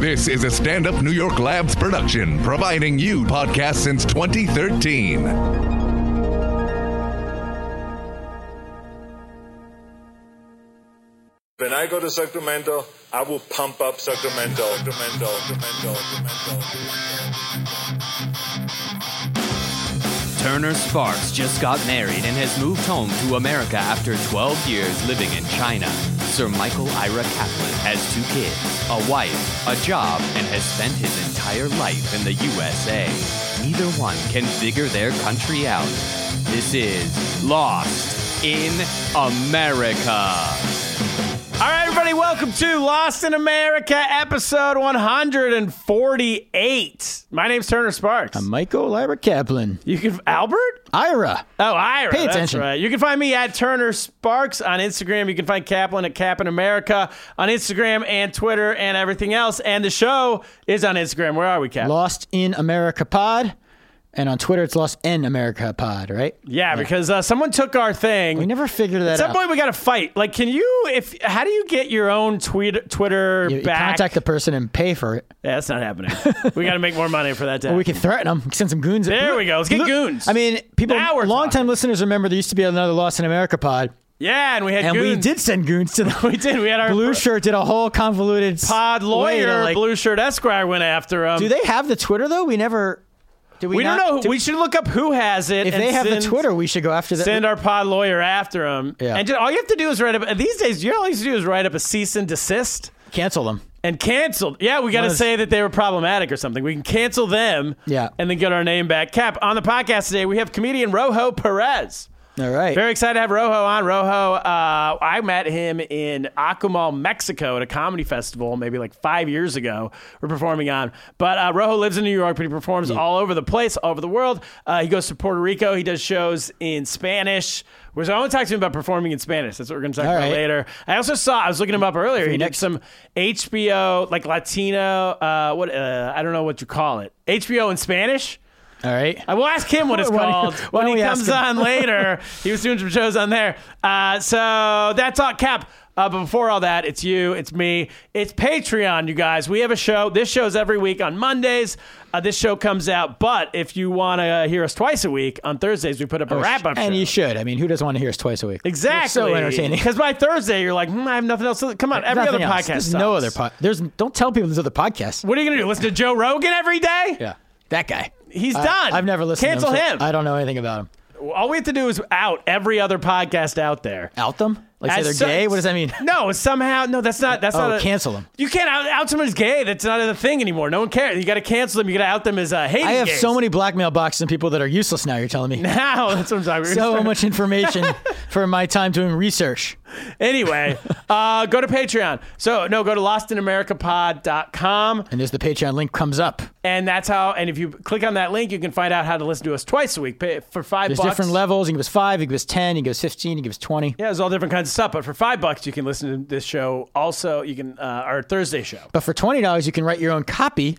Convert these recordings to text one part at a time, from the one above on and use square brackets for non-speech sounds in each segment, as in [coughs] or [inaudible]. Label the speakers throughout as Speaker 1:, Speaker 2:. Speaker 1: This is a stand up New York Labs production, providing you podcasts since 2013.
Speaker 2: When I go to Sacramento, I will pump up Sacramento, Sacramento, Sacramento, Sacramento.
Speaker 3: Turner Sparks just got married and has moved home to America after 12 years living in China. Sir Michael Ira Kaplan has two kids, a wife, a job, and has spent his entire life in the USA. Neither one can figure their country out. This is Lost in America.
Speaker 4: All right, everybody, welcome to Lost in America, episode 148. My name's Turner Sparks.
Speaker 5: Michael Ira Kaplan.
Speaker 4: you can Albert?
Speaker 5: Ira.
Speaker 4: Oh, Ira.
Speaker 5: Pay
Speaker 4: that's
Speaker 5: attention.
Speaker 4: right. You can find me at Turner Sparks on Instagram. You can find Kaplan at Cap in America on Instagram and Twitter and everything else. And the show is on Instagram. Where are we, Cap?
Speaker 5: Lost in America Pod. And on Twitter, it's Lost in America Pod, right?
Speaker 4: yeah, because uh, someone took our thing.
Speaker 5: We never figured that
Speaker 4: At some
Speaker 5: out.
Speaker 4: point, we got to fight. Like, can you? If how do you get your own tweet, Twitter
Speaker 5: you, you
Speaker 4: back?
Speaker 5: contact the person and pay for it.
Speaker 4: yeah, that's not happening. we got to make more money for
Speaker 5: [laughs]
Speaker 4: that. To
Speaker 5: Or we
Speaker 4: happen.
Speaker 5: can threaten them, send some goons.
Speaker 4: There we go. Let's get
Speaker 5: Look-
Speaker 4: goons.
Speaker 5: I mean, people,
Speaker 4: Now we're
Speaker 5: long
Speaker 4: talking.
Speaker 5: time listeners remember there used to be another Lost in America Pod.
Speaker 4: Yeah, and we had
Speaker 5: And
Speaker 4: goons.
Speaker 5: we did send goons to [laughs] them.
Speaker 4: [laughs] We did. We had our
Speaker 5: Blue Shirt did a whole convoluted
Speaker 4: pod
Speaker 5: way to,
Speaker 4: lawyer,
Speaker 5: like-
Speaker 4: blue shirt Esquire went after him.
Speaker 5: Do they have the Twitter, though? We never. Do we
Speaker 4: We
Speaker 5: not-
Speaker 4: don't know.
Speaker 5: do-
Speaker 4: we should look up who has it.
Speaker 5: if
Speaker 4: and
Speaker 5: they have
Speaker 4: send-
Speaker 5: the Twitter, we should go after them.
Speaker 4: Send our pod lawyer after him.
Speaker 5: Yeah.
Speaker 4: And just, all you have to do is write up. These days, you all you have to do is write up a cease and desist
Speaker 5: Cancel them.
Speaker 4: and canceled. Yeah, we got to
Speaker 5: One is-
Speaker 4: say that they were problematic or something. We can cancel them.
Speaker 5: Yeah.
Speaker 4: And then get our name back. Cap on the podcast today. We have comedian Rojo Perez.
Speaker 5: All right.
Speaker 4: Very excited to have Rojo on. Rojo, uh, I met him in Acumal, Mexico at a comedy festival maybe like five years ago. We're performing on. But uh, Rojo lives in New York, but he performs all over the place, all over the world. Uh, he goes to Puerto Rico. He does shows in Spanish. Which I want to talk to him about performing in Spanish. That's what we're going to talk
Speaker 5: All
Speaker 4: about
Speaker 5: right.
Speaker 4: later. I also saw, I was looking him up earlier. He did
Speaker 5: next-
Speaker 4: some HBO, like Latino, uh, what uh, I don't know what you call it. HBO in Spanish?
Speaker 5: All right.
Speaker 4: I will Uh, ask him what it's
Speaker 5: [laughs] Why don't-
Speaker 4: called
Speaker 5: why
Speaker 4: when
Speaker 5: don't
Speaker 4: he
Speaker 5: we ask
Speaker 4: comes
Speaker 5: him? [laughs]
Speaker 4: on later. he was doing some shows on there. Uh, so that's all, Cap. Uh, but before all that, it's you, it's me, it's Patreon, you guys. We have a show. This show's every week on Mondays. Uh, this show comes out, but if you want to hear us twice a week on Thursdays, we put up a wrap up.
Speaker 5: Oh, And you should. I mean, who doesn't want to hear us twice a week? We're
Speaker 4: exactly
Speaker 5: so entertaining.
Speaker 4: Because by Thursday, you're like, hmm, I have nothing else. To, come on, every other
Speaker 5: Nothing else.
Speaker 4: podcast.
Speaker 5: There's no
Speaker 4: sucks.
Speaker 5: other pod. There's don't tell people there's other podcasts.
Speaker 4: What are you gonna do? Listen to Joe Rogan every day?
Speaker 5: Yeah, that guy.
Speaker 4: He's
Speaker 5: I-
Speaker 4: done.
Speaker 5: I've never listened.
Speaker 4: Cancel
Speaker 5: to him, so
Speaker 4: him.
Speaker 5: I don't know anything about him.
Speaker 4: All we have to do is out every other podcast out there.
Speaker 5: Out them? Like say
Speaker 4: As
Speaker 5: they're
Speaker 4: so-
Speaker 5: gay? What does
Speaker 4: [laughs]
Speaker 5: that mean?
Speaker 4: No, somehow no. That's not. That's
Speaker 5: Oh,
Speaker 4: not. A,
Speaker 5: cancel 'em.
Speaker 4: You can't out, out someone as gay. That's not a thing anymore. No one cares. You got to cancel them. You got to out them as uh, hating.
Speaker 5: I have
Speaker 4: gays.
Speaker 5: so many blackmail boxes and people that are useless now. You're telling me.
Speaker 4: [laughs] Now that's what I'm talking about.
Speaker 5: So
Speaker 4: [laughs]
Speaker 5: much information for my time doing research. [laughs]
Speaker 4: Anyway, uh, go to Patreon. So no, go to lostinamericapod.com,
Speaker 5: And there's the Patreon link comes up.
Speaker 4: and that's how. And if you click on that link, you can find out how to listen to us twice a week pay, for five
Speaker 5: There's
Speaker 4: bucks.
Speaker 5: different levels. You can give us five, you can give us 10, you can give us 15, you can give us 20.
Speaker 4: yeah, there's all different kinds of stuff. But for five bucks, you can listen to this show. Also, you can uh, our Thursday show.
Speaker 5: But for $20, you can write your own copy,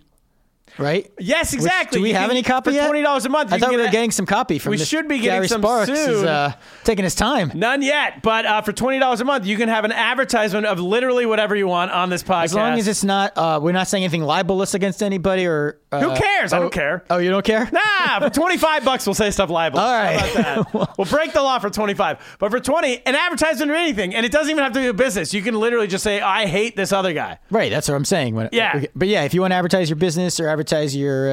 Speaker 5: right?
Speaker 4: Yes, exactly.
Speaker 5: do we
Speaker 4: You
Speaker 5: have
Speaker 4: can-
Speaker 5: any copy
Speaker 4: for
Speaker 5: yet?
Speaker 4: Twenty dollars a month.
Speaker 5: I
Speaker 4: you can
Speaker 5: thought we
Speaker 4: get
Speaker 5: were
Speaker 4: a-
Speaker 5: getting some copy from
Speaker 4: we
Speaker 5: this
Speaker 4: should be getting
Speaker 5: Gary
Speaker 4: some
Speaker 5: Sparks is
Speaker 4: soon.
Speaker 5: uh, taking his time.
Speaker 4: None yet, but uh, for twenty dollars a month, you can have an advertisement of literally whatever you want on this podcast.
Speaker 5: As long as it's not, uh, we're not saying anything libelous against anybody or. Uh,
Speaker 4: Who cares? I don't care.
Speaker 5: Oh, you don't care?
Speaker 4: nah, for twenty five bucks, we'll say stuff libel.
Speaker 5: All right.
Speaker 4: How about
Speaker 5: [laughs]
Speaker 4: that? we'll break the law for twenty five, but for twenty, an advertisement of anything, and it doesn't even have to be a business. You can literally just say, "I hate this other
Speaker 5: [laughs]
Speaker 4: guy."
Speaker 5: Right, that's what I'm saying. When-
Speaker 4: Yeah.
Speaker 5: But yeah, if you want to advertise your business or advertise your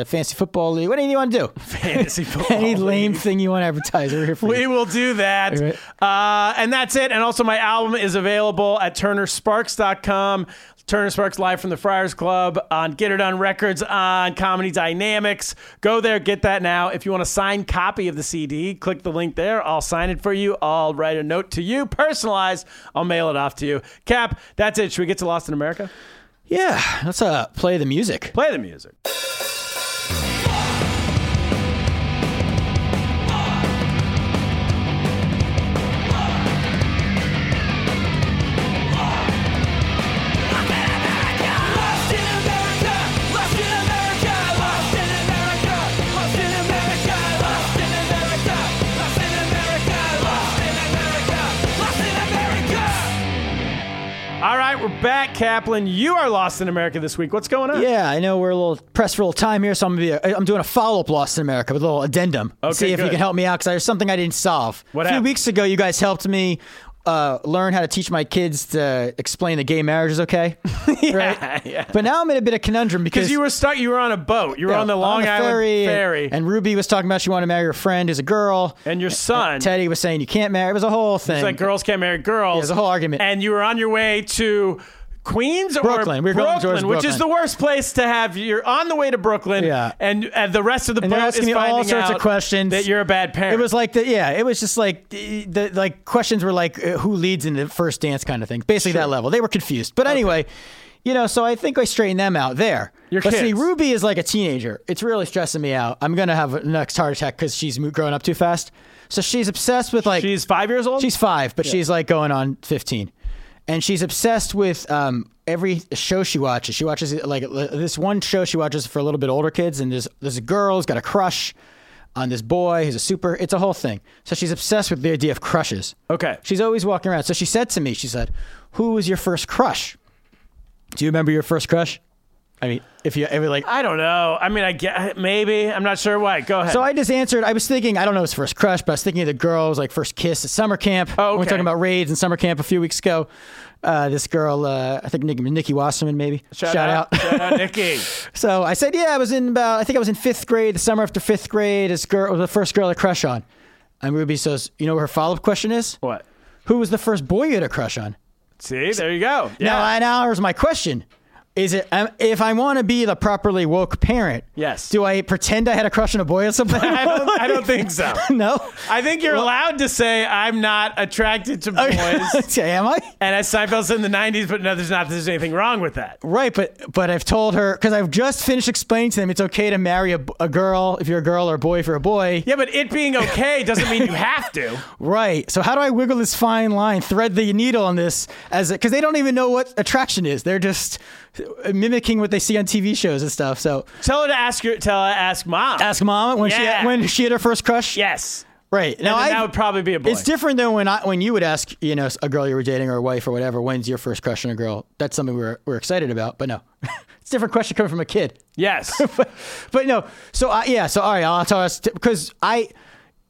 Speaker 5: uh, fancy football league, whatever you want to do, [laughs]
Speaker 4: Fantasy [laughs] football.
Speaker 5: any lame thing you want to advertise, we're here for
Speaker 4: We
Speaker 5: [laughs] you.
Speaker 4: will do that.
Speaker 5: All right.
Speaker 4: Uh, and that's it. And also, my album is available at turnersparks.com. Turner Sparks Live from the Friars Club on Get It On Records on Comedy Dynamics. Go there, get that now. If you want a signed copy of the CD, click the link there. I'll sign it for you. I'll write a note to you, personalized. I'll mail it off to you. Cap, that's it. Should we get to Lost in America?
Speaker 5: Yeah, let's uh, play the music.
Speaker 4: Play the music.
Speaker 6: Lost in America, lost in America, lost in America, lost in America, lost in America, lost in America, lost in America, lost in America.
Speaker 4: All right, we're back. Kaplan, you are lost in America this week. What's going on?
Speaker 5: Yeah, I know we're a little pressed for a little time here, so I'm gonna be. I'm doing a follow up Lost in America with a little addendum.
Speaker 4: Okay,
Speaker 5: see if
Speaker 4: good.
Speaker 5: you can help me out because there's something I didn't solve.
Speaker 4: What
Speaker 5: a few
Speaker 4: happened?
Speaker 5: weeks ago, you guys helped me uh, learn how to teach my kids to explain that gay marriage is okay. [laughs]
Speaker 4: [laughs]
Speaker 5: right?
Speaker 4: yeah.
Speaker 5: But now I'm in a bit of conundrum because
Speaker 4: Because you were stuck. You were on a boat. You were on the Long Island ferry,
Speaker 5: ferry, and- And, Ruby was talking about she wanted to marry her friend who's a girl.
Speaker 4: And your son.
Speaker 5: Teddy was saying you can't marry. It was a whole thing.
Speaker 4: It's like girls can't marry girls.
Speaker 5: Yeah, there's a whole argument.
Speaker 4: And you were on your way to Queens or
Speaker 5: Brooklyn. We were going towards
Speaker 4: Brooklyn, which is the
Speaker 5: Brooklyn.
Speaker 4: worst place to have. You're on the way to Brooklyn,
Speaker 5: Yeah.
Speaker 4: and, and the rest of the
Speaker 5: And
Speaker 4: boat
Speaker 5: they're
Speaker 4: is
Speaker 5: asking me all
Speaker 4: finding
Speaker 5: sorts of
Speaker 4: out
Speaker 5: questions.
Speaker 4: that you're a bad parent.
Speaker 5: It was like the yeah. It was just like the, the like questions were like uh, who leads in the first dance kind of thing. Basically that level. They were confused. But anyway, you know. So I think I straightened them out there.
Speaker 4: Your
Speaker 5: but see,
Speaker 4: kids.
Speaker 5: Ruby is like a teenager. It's really stressing me out. I'm gonna have a next heart attack because she's mo- growing up too fast. So she's obsessed with like
Speaker 4: she's five years old.
Speaker 5: She's five, but she's like going on fifteen, and she's obsessed with um, every show she watches. She watches like l- this one show she watches for a little bit older kids, and there's there's a girl who's got a crush on this boy who's a super. It's a whole thing. So she's obsessed with the idea of crushes.
Speaker 4: okay.
Speaker 5: She's always walking around. So she said to me, she said, "Who was your first crush? Do you remember your first crush? I mean, if you ever like."
Speaker 4: I don't know. I mean, I get maybe. I'm not sure why. Go ahead.
Speaker 5: so I just answered. I was thinking. I don't know his first crush, but I was thinking of the girl's like first kiss at summer camp.
Speaker 4: Oh,
Speaker 5: We We're
Speaker 4: okay.
Speaker 5: talking about raids and summer camp a few weeks ago. Uh, this girl, uh, I think Nikki, Nikki Wasserman, maybe. [laughs]
Speaker 4: Shout out, Nikki.
Speaker 5: so I said, yeah, I was in about. I think I was in fifth grade, the summer after fifth grade. This girl was the first girl I had a crush on. And Ruby says, you know what her follow up question is?
Speaker 4: What?
Speaker 5: Who was the first boy you had a crush on?
Speaker 4: See, there you go. Yeah.
Speaker 5: Now, I- now here's my question. Is it um, if I want to be the properly woke parent?
Speaker 4: Yes.
Speaker 5: Do I pretend I had a crush on a boy at some
Speaker 4: [laughs]
Speaker 5: point?
Speaker 4: I don't, I don't think so.
Speaker 5: [laughs] no.
Speaker 4: I think you're allowed to say I'm not attracted to boys.
Speaker 5: [laughs]
Speaker 4: [laughs]
Speaker 5: Okay, am I?
Speaker 4: And as Seinfeld said in the 90s, but no, there's not there's anything wrong with that.
Speaker 5: Right, but but I've told her because I've just finished explaining to them it's okay to marry a, a girl if you're a girl or a boy if you're a boy.
Speaker 4: Yeah, but it being okay doesn't mean you have to.
Speaker 5: Right. So how do I wiggle this fine line, thread the needle on this as because they don't even know what attraction is. They're just uh, mimicking what they see on TV shows and stuff. So
Speaker 4: Tell her to ask your tell her to ask mom.
Speaker 5: ask mom when
Speaker 4: Yeah.
Speaker 5: she when she had her first crush.
Speaker 4: yes.
Speaker 5: Right.
Speaker 4: And
Speaker 5: Now
Speaker 4: then
Speaker 5: I
Speaker 4: that would probably be a boy.
Speaker 5: It's different than when I when you would ask you know a girl you were dating or a wife or whatever when's your first crush on a girl. That's something we were, we're excited about, but no, [laughs] it's a different question coming from a kid.
Speaker 4: yes.
Speaker 5: [laughs] but, but no. So I, yeah. So all right, I'll tell us because I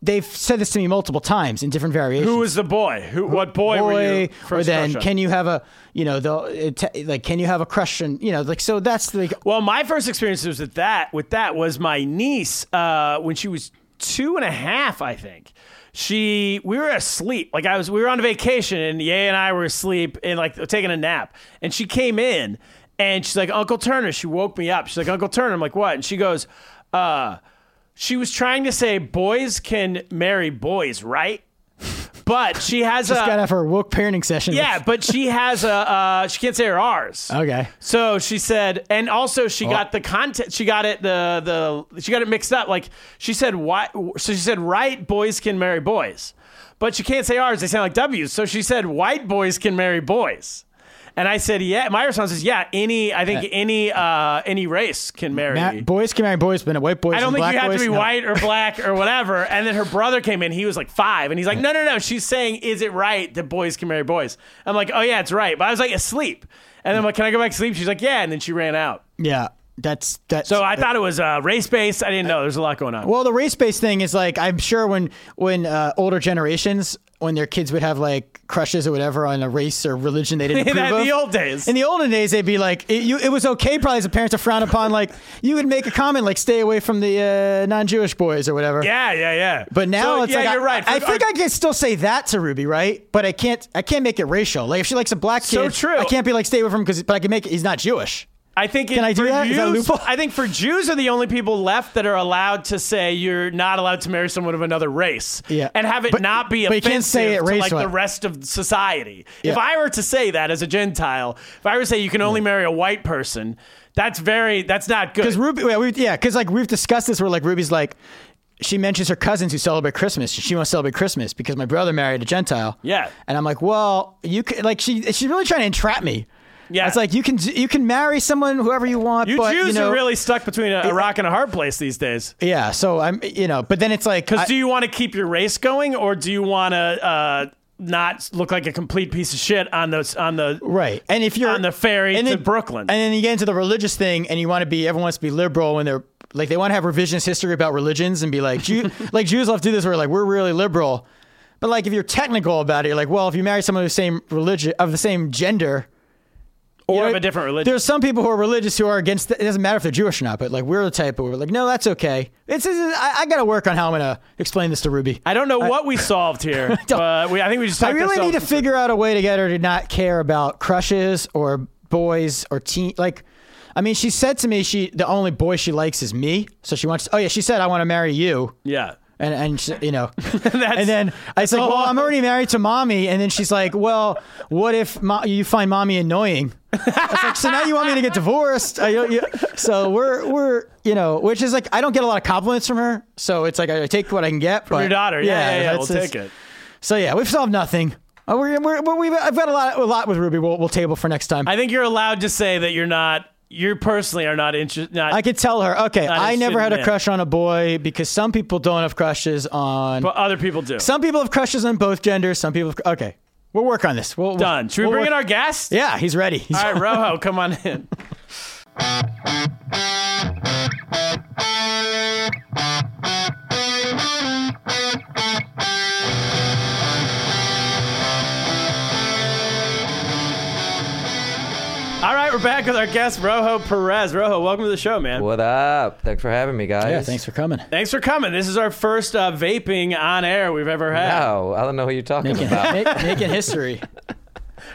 Speaker 5: they've said this to me multiple times in different variations.
Speaker 4: Who was the boy? Who what boy, were you?
Speaker 5: or
Speaker 4: first
Speaker 5: then
Speaker 4: crush on?
Speaker 5: can you have a you know the it te- like can you have a crush and you know like so that's like
Speaker 4: Well, my first experience was with that. With that was my niece uh, when she was two and a half, I think. She, we were asleep. Like I was, we were on vacation, and Ye and I were asleep and like taking a nap. And she came in, and she's like, "Uncle Turner." She woke me up. She's like, "Uncle Turner." I'm like, "What?" And she goes, "Uh." She was trying to say boys can marry boys, right? But she has
Speaker 5: just
Speaker 4: a
Speaker 5: gotta have a woke parenting session.
Speaker 4: Uh, yeah, but she has a uh, she can't say her R's.
Speaker 5: Okay.
Speaker 4: So she said, and also she got the content. She got it the the she got it mixed up. Like she said, why? So she said, right? Boys can marry boys, but she can't say R's. They sound like W's. So she said, white boys can marry boys. And I said, yeah. My response is, yeah. Any, I think any uh any race can marry.
Speaker 5: Ma- boys can marry boys, but white
Speaker 4: I
Speaker 5: boys.
Speaker 4: don't
Speaker 5: and
Speaker 4: think
Speaker 5: black
Speaker 4: you have
Speaker 5: boys,
Speaker 4: to be
Speaker 5: no.
Speaker 4: white or black or whatever. And then her brother came in. He was like five, and he's like, "No, no, no." She's saying, "Is it right that boys can marry boys?" I'm like, "Oh yeah, it's right." But I was like asleep, and I'm like, "Can I go back to sleep?" She's like, "Yeah," and then she ran out.
Speaker 5: Yeah, that's that's
Speaker 4: So I thought it was uh, race based. I didn't know. There's a lot going on.
Speaker 5: Well, the race based thing is like I'm sure when when uh, older generations when their kids would have like crushes or whatever on a race or religion
Speaker 4: [laughs]
Speaker 5: they didn't
Speaker 4: [laughs] in
Speaker 5: approve of.
Speaker 4: the old days,
Speaker 5: [laughs] in the olden days, they'd be like, it, you, it was okay probably as a parent to frown upon. Like, you would make a comment like, stay away from the uh, non Jewish boys or whatever.
Speaker 4: yeah, yeah, yeah.
Speaker 5: But now
Speaker 4: So,
Speaker 5: it's
Speaker 4: yeah,
Speaker 5: like,
Speaker 4: you're
Speaker 5: I,
Speaker 4: right.
Speaker 5: I
Speaker 4: For- uh,
Speaker 5: think
Speaker 4: our-
Speaker 5: I can still say that to Ruby, right? But I can't. I can't make it racial. Like if she likes a black
Speaker 4: So
Speaker 5: kid,
Speaker 4: true.
Speaker 5: I can't be like stay away from because. But I can make it. He's not Jewish.
Speaker 4: I think
Speaker 5: Can
Speaker 4: it-
Speaker 5: I do
Speaker 4: for
Speaker 5: that? Is that a
Speaker 4: Jews-
Speaker 5: loophole?
Speaker 4: I think for Jews are the only people left that are allowed to say you're not allowed to marry someone of another race.
Speaker 5: Yeah.
Speaker 4: And have it
Speaker 5: But-
Speaker 4: not be
Speaker 5: but you
Speaker 4: offensive
Speaker 5: can't say it
Speaker 4: to like
Speaker 5: race-wise.
Speaker 4: the rest of society. If
Speaker 5: Yeah.
Speaker 4: I were to say that as a Gentile, if I were to say you can only marry a white person, that's very that's not good.
Speaker 5: Because Ruby, yeah, we, yeah, because like we've discussed this, where like Ruby's like, she mentions her cousins who celebrate Christmas. She wants to celebrate Christmas because my brother married a Gentile.
Speaker 4: Yeah.
Speaker 5: and I'm like, well, you could like she she's really trying to entrap me.
Speaker 4: Yeah.
Speaker 5: it's like you can you can marry someone whoever you want.
Speaker 4: you
Speaker 5: but,
Speaker 4: Jews
Speaker 5: you know,
Speaker 4: are really stuck between a, a rock and a hard place these days.
Speaker 5: yeah. So I'm you know, but then it's like
Speaker 4: Because
Speaker 5: I-
Speaker 4: do you want to keep your race going, or do you want to uh, not look like a complete piece of shit on the on the
Speaker 5: Right. And if you're
Speaker 4: On the ferry
Speaker 5: and
Speaker 4: to Brooklyn.
Speaker 5: And then you get into the religious thing and you want to be everyone wants to be liberal when they're like they want to have revisionist history about religions and be
Speaker 4: [laughs]
Speaker 5: like Jew, like Jews love to do this where like we're really liberal. But like if you're technical about it, you're like, well, if you marry someone of the same religion of the same gender
Speaker 4: or
Speaker 5: you
Speaker 4: of
Speaker 5: know,
Speaker 4: a different religion.
Speaker 5: There's some people who are religious who are against. It doesn't matter if they're Jewish or not, but like we're the type who we're like, no, that's okay. It's, it's- I, I got to work on how I'm gonna explain this to Ruby.
Speaker 4: I don't know what we solved
Speaker 5: [laughs]
Speaker 4: here, but we, I think we just.
Speaker 5: I
Speaker 4: talked
Speaker 5: really need to
Speaker 4: ourselves-
Speaker 5: figure out a way to get her to not care about crushes or boys or teen. Like, I mean, she said to me, she the only boy she likes is me. So she wants. Oh yeah, she said I want to marry you.
Speaker 4: Yeah,
Speaker 5: And, and she, you know,
Speaker 4: [laughs] That's-
Speaker 5: and then I was like, well, I'm already married to mommy. And then she's like, well, what if mo- you find mommy annoying? I was like, so now you want me to get divorced? I, don't- you, [laughs] so we're we're you know, which is like I don't get a lot of compliments from her. So it's like I, take what I can get. but
Speaker 4: your daughter. Yeah, yeah, yeah. we'll
Speaker 5: that's- that's-
Speaker 4: take it.
Speaker 5: so yeah, we've solved nothing. Uh, we're, we're, we're, we've, I've got a lot, a lot with Ruby. We'll, we'll table for next time.
Speaker 4: I
Speaker 5: I,
Speaker 4: think you're allowed to say that you're not. You personally are not interested. Not
Speaker 5: could tell her, okay,
Speaker 4: Not
Speaker 5: I
Speaker 4: interested
Speaker 5: never had
Speaker 4: in
Speaker 5: a
Speaker 4: it.
Speaker 5: crush on a boy because some people don't have crushes on.
Speaker 4: but other people do.
Speaker 5: some people have crushes on both genders. Some people, have, okay, we'll work on this. We'll, we'll-
Speaker 4: Done. Should we
Speaker 5: we'll
Speaker 4: bring in
Speaker 5: work-
Speaker 4: our guest?
Speaker 5: Yeah, he's ready. He's-
Speaker 4: All right, Rojo, come on in. All right, we're back with our guest, Rojo Perez. Rojo, welcome to the show, man.
Speaker 7: What up? Thanks for having me, guys.
Speaker 5: yeah, thanks for coming.
Speaker 4: Thanks for coming. This is our first uh, vaping on air we've ever had.
Speaker 7: Wow, I don't know who you're talking
Speaker 5: Making,
Speaker 4: [laughs]
Speaker 7: about.
Speaker 5: make- making
Speaker 7: [laughs]
Speaker 5: history.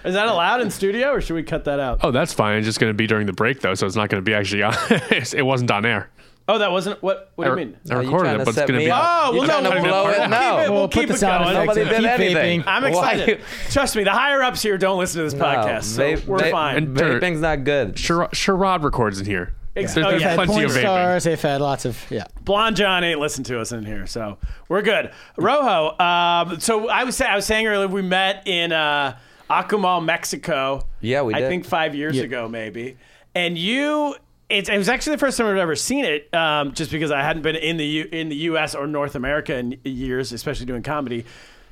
Speaker 4: Is that allowed in studio, or should we cut that out?
Speaker 8: Oh, that's fine. It's just going to be during the break, though, so it's not going to be actually on. [laughs] it wasn't on air.
Speaker 4: Oh, that wasn't what. What do you mean?
Speaker 8: I
Speaker 7: Are you
Speaker 8: recorded
Speaker 7: trying
Speaker 8: it,
Speaker 7: to
Speaker 8: but it's
Speaker 7: set
Speaker 8: going
Speaker 7: me
Speaker 8: to be.
Speaker 7: up?
Speaker 4: Oh, well,
Speaker 7: You're trying
Speaker 4: no,
Speaker 7: to
Speaker 4: we'll-
Speaker 7: blow
Speaker 4: we'll
Speaker 7: it
Speaker 4: keep
Speaker 7: now.
Speaker 4: it- we'll
Speaker 5: We'll put
Speaker 4: keep
Speaker 5: the
Speaker 4: it
Speaker 5: sound
Speaker 4: going.
Speaker 5: effects
Speaker 7: Nobody
Speaker 5: in.
Speaker 7: did
Speaker 5: Keep
Speaker 7: anything.
Speaker 5: vaping.
Speaker 4: I'm
Speaker 7: [laughs] Why
Speaker 4: excited.
Speaker 7: you-
Speaker 4: Trust me, the higher ups here don't listen to this podcast, so
Speaker 7: vape-
Speaker 4: we're
Speaker 7: vape-
Speaker 4: fine.
Speaker 8: And-
Speaker 7: Vaping's not good.
Speaker 8: Sherrod Sherrod records in here.
Speaker 4: Ex-
Speaker 8: There's,
Speaker 4: oh,
Speaker 8: there's
Speaker 4: yeah.
Speaker 5: Had
Speaker 8: plenty
Speaker 5: porn
Speaker 8: of vaping.
Speaker 5: stars. They've had lots of yeah.
Speaker 4: Blonde John ain't listened to us in here, so we're good. Rojo, um, so I was sa- I was saying earlier we met in uh, Acumal, Mexico.
Speaker 7: Yeah, we
Speaker 4: I
Speaker 7: did.
Speaker 4: think five years ago maybe, and you. It, it was actually the first time I've ever seen it, um, just because I hadn't been in the U, in the U.S. or North America in years, especially doing comedy.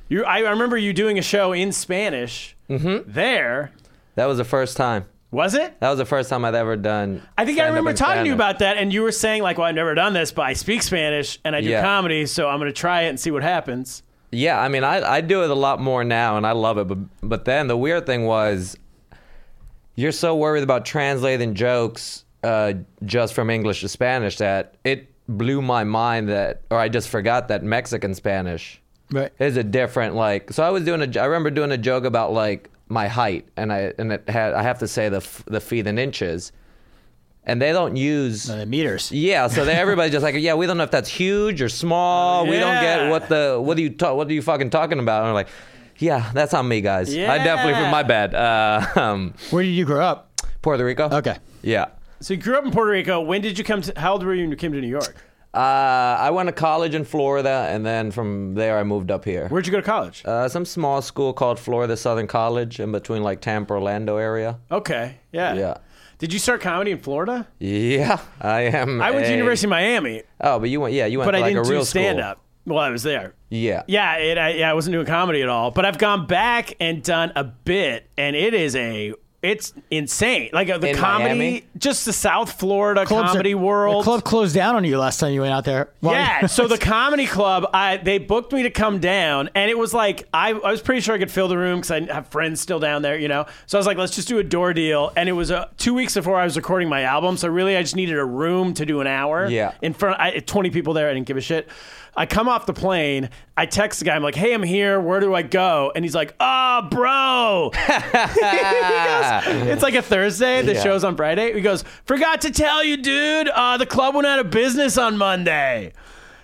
Speaker 4: You, I remember you doing a show in Spanish
Speaker 7: Mm-hmm.
Speaker 4: there.
Speaker 7: That was the first time.
Speaker 4: Was it?
Speaker 7: That was the first time I'd ever done.
Speaker 4: I think I
Speaker 7: stand-up
Speaker 4: remember
Speaker 7: in
Speaker 4: talking to you
Speaker 7: Spanish.
Speaker 4: about that, and you were saying like, "Well, I've never done this, but I speak Spanish and I do
Speaker 7: Yeah.
Speaker 4: comedy, so I'm going to try it and see what happens."
Speaker 7: Yeah, I mean, I, I do it a lot more now, and I love it. But but then the weird thing was, you're so worried about translating jokes uh, just from English to Spanish that it blew my mind that, or I just forgot that Mexican Spanish
Speaker 5: Right.
Speaker 7: is a different like. So I was doing a, j- I remember doing a joke about like my height, and I and it had I have to say the f- the feet in inches, and they don't use
Speaker 5: Uh, meters.
Speaker 7: yeah, so they, everybody's just like, yeah, we don't know if that's huge or small. We don't
Speaker 4: Oh, Yeah.
Speaker 7: get what the what are you ta- what are you fucking talking about? And I'm like, yeah, that's on me, guys. I
Speaker 4: Yeah.
Speaker 7: definitely my bad. Uh, [laughs] um,
Speaker 5: Where did you grow up?
Speaker 7: Puerto Rico.
Speaker 5: Okay.
Speaker 7: Yeah.
Speaker 4: So you grew up in Puerto Rico. When did you come? to How old were you when you came to New York?
Speaker 7: Uh, I went to college in Florida, and then from there I moved up here.
Speaker 4: Where'd you go to college?
Speaker 7: Uh, some small school called Florida Southern College in between like Tampa, Orlando area.
Speaker 4: okay, yeah,
Speaker 7: Yeah.
Speaker 4: Did you start comedy in Florida?
Speaker 7: Yeah, I am.
Speaker 4: I went to
Speaker 7: a-
Speaker 4: University of Miami,
Speaker 7: Oh, but you went. Yeah, you went
Speaker 4: but
Speaker 7: to
Speaker 4: I
Speaker 7: like
Speaker 4: didn't
Speaker 7: a real
Speaker 4: do stand
Speaker 7: school.
Speaker 4: up while I was there.
Speaker 7: Yeah.
Speaker 4: Yeah, it, I, yeah, I wasn't doing comedy at all, but I've gone back and done a bit, and it is a it's insane. Like uh, the
Speaker 7: In
Speaker 4: comedy,
Speaker 7: Miami?
Speaker 4: just the South Florida
Speaker 5: Clubs are-
Speaker 4: comedy
Speaker 5: The
Speaker 4: world.
Speaker 5: club closed down on you last time you went out there. Well, [laughs]
Speaker 4: Yeah. So the comedy club, I they booked me to come down, and it was like I, I was pretty sure I could fill the room because I have friends still down there, you know. So I was like, let's just do a door deal, and it was uh, two weeks before I was recording my album, so really I just needed a room to do an hour.
Speaker 7: Yeah.
Speaker 4: In front, I, twenty people there, I didn't give a shit. I come off the plane. I text the guy. I'm like, "Hey, I'm here. Where do I go?" And he's like, "Oh, bro, [laughs] it's like a Thursday. The
Speaker 7: Yeah.
Speaker 4: show's on Friday. He goes, forgot to tell you, dude. Uh, the club went out of business on Monday.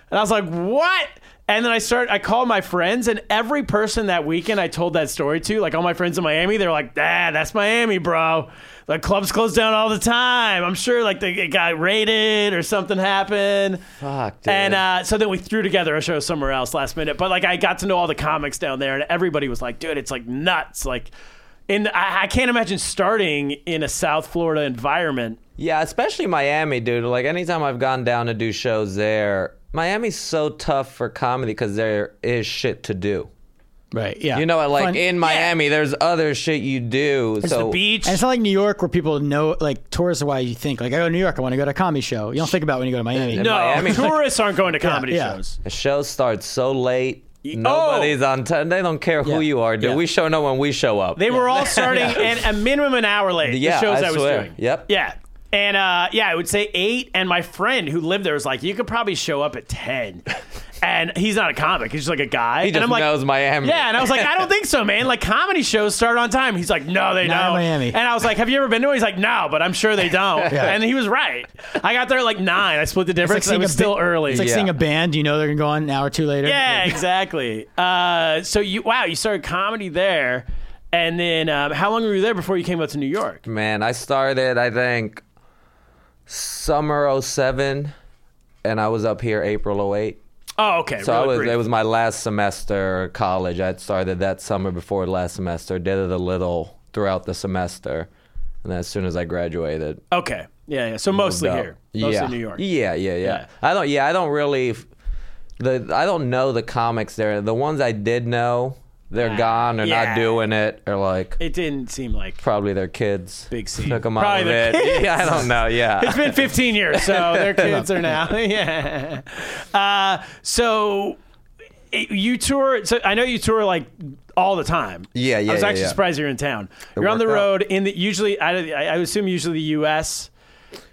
Speaker 4: And I was like, what? And then I start. I call my friends, and every person that weekend I told that story to, like all my friends in Miami, they're like, "Ah, that's Miami, bro. The clubs close down all the time. I'm sure like they, it got raided or something happened."
Speaker 7: Fuck, dude.
Speaker 4: And uh, so then we threw together a show somewhere else last minute. But like I got to know all the comics down there, and everybody was like, "Dude, it's like nuts!" Like, in the, I, I can't imagine starting in a South Florida environment.
Speaker 7: Yeah, especially Miami, dude. Like anytime I've gone down to do shows there, Miami's so tough for comedy because there is shit to do.
Speaker 5: Right. Yeah.
Speaker 7: You know, what, like
Speaker 5: Fun.
Speaker 7: in Miami, there's other shit you do.
Speaker 4: It's
Speaker 7: so
Speaker 4: the beach.
Speaker 5: And it's not like New York where people know, like tourists, are why you think, like, I go to New York, I want to go to a comedy show. You don't think about when you go to Miami.
Speaker 4: no,
Speaker 7: Miami.
Speaker 4: tourists aren't going to comedy
Speaker 5: yeah.
Speaker 4: shows.
Speaker 7: The show starts so late.
Speaker 4: Y-
Speaker 7: Nobody's on time. They don't care who
Speaker 5: Yeah.
Speaker 7: you are, dude.
Speaker 5: Yeah.
Speaker 7: We show up when we show up.
Speaker 4: They were
Speaker 7: [laughs]
Speaker 4: all starting at a minimum an hour late.
Speaker 7: Yeah,
Speaker 4: the shows I,
Speaker 7: I
Speaker 4: was
Speaker 7: swear.
Speaker 4: doing.
Speaker 7: Yep.
Speaker 4: Yeah. And uh, yeah, I would say eight. And my friend who lived there was like, "You could probably show up at
Speaker 7: [laughs]
Speaker 4: 10. And he's not a comic; he's just like a guy.
Speaker 7: he
Speaker 4: and
Speaker 7: just
Speaker 4: I'm like,
Speaker 7: knows Miami.
Speaker 4: Yeah, and I was like, I don't think so, man. Like comedy shows start on time. He's like, no, they
Speaker 5: Not in
Speaker 4: don't.
Speaker 5: Miami.
Speaker 4: And I was like, have you ever been to one? He's like, no, but I'm sure they
Speaker 5: [laughs]
Speaker 4: don't. And he was right. I got there at like nine. I split the
Speaker 5: It's
Speaker 4: difference. I was
Speaker 5: ba-
Speaker 4: still early.
Speaker 5: It's like
Speaker 7: Yeah.
Speaker 5: seeing a band. You know they're gonna go on an hour or two
Speaker 4: [laughs]
Speaker 5: later.
Speaker 4: yeah, exactly. Uh, so you wow, you started comedy there, and then um, how long were you there before you came up to New York?
Speaker 7: man. I started, I think, summer 07, and I was up here April 08.
Speaker 4: Oh, okay.
Speaker 7: So
Speaker 4: really
Speaker 7: I was,
Speaker 4: brief.
Speaker 7: it was my last semester of college. I would started that summer before last semester, did it a little throughout the semester. And then as soon as I graduated,
Speaker 4: okay. Yeah, yeah. So mostly
Speaker 7: about-
Speaker 4: here, mostly
Speaker 7: yeah.
Speaker 4: New York.
Speaker 7: Yeah, yeah, yeah,
Speaker 4: Yeah.
Speaker 7: I don't. Yeah, I don't really. f- The I don't know the comics there. The ones I did know, they're gone or
Speaker 4: yeah.
Speaker 7: not doing it or like
Speaker 4: It didn't seem like
Speaker 7: probably their kids.
Speaker 4: Big scene.
Speaker 7: Took 'em out
Speaker 4: Probably
Speaker 7: of
Speaker 4: their
Speaker 7: it. [laughs] Yeah, I don't know.
Speaker 4: It's [laughs]
Speaker 7: Yeah.
Speaker 4: been 15 years,
Speaker 7: [laughs]
Speaker 4: so their kids are now. [laughs] yeah. Uh, so it- you tour. So I know you tour like all the time.
Speaker 7: Yeah, yeah,
Speaker 4: I was
Speaker 7: yeah,
Speaker 4: actually
Speaker 7: yeah.
Speaker 4: surprised you're in town. you're on the
Speaker 7: worked out.
Speaker 4: road in the usually. I, I I assume usually the U.S.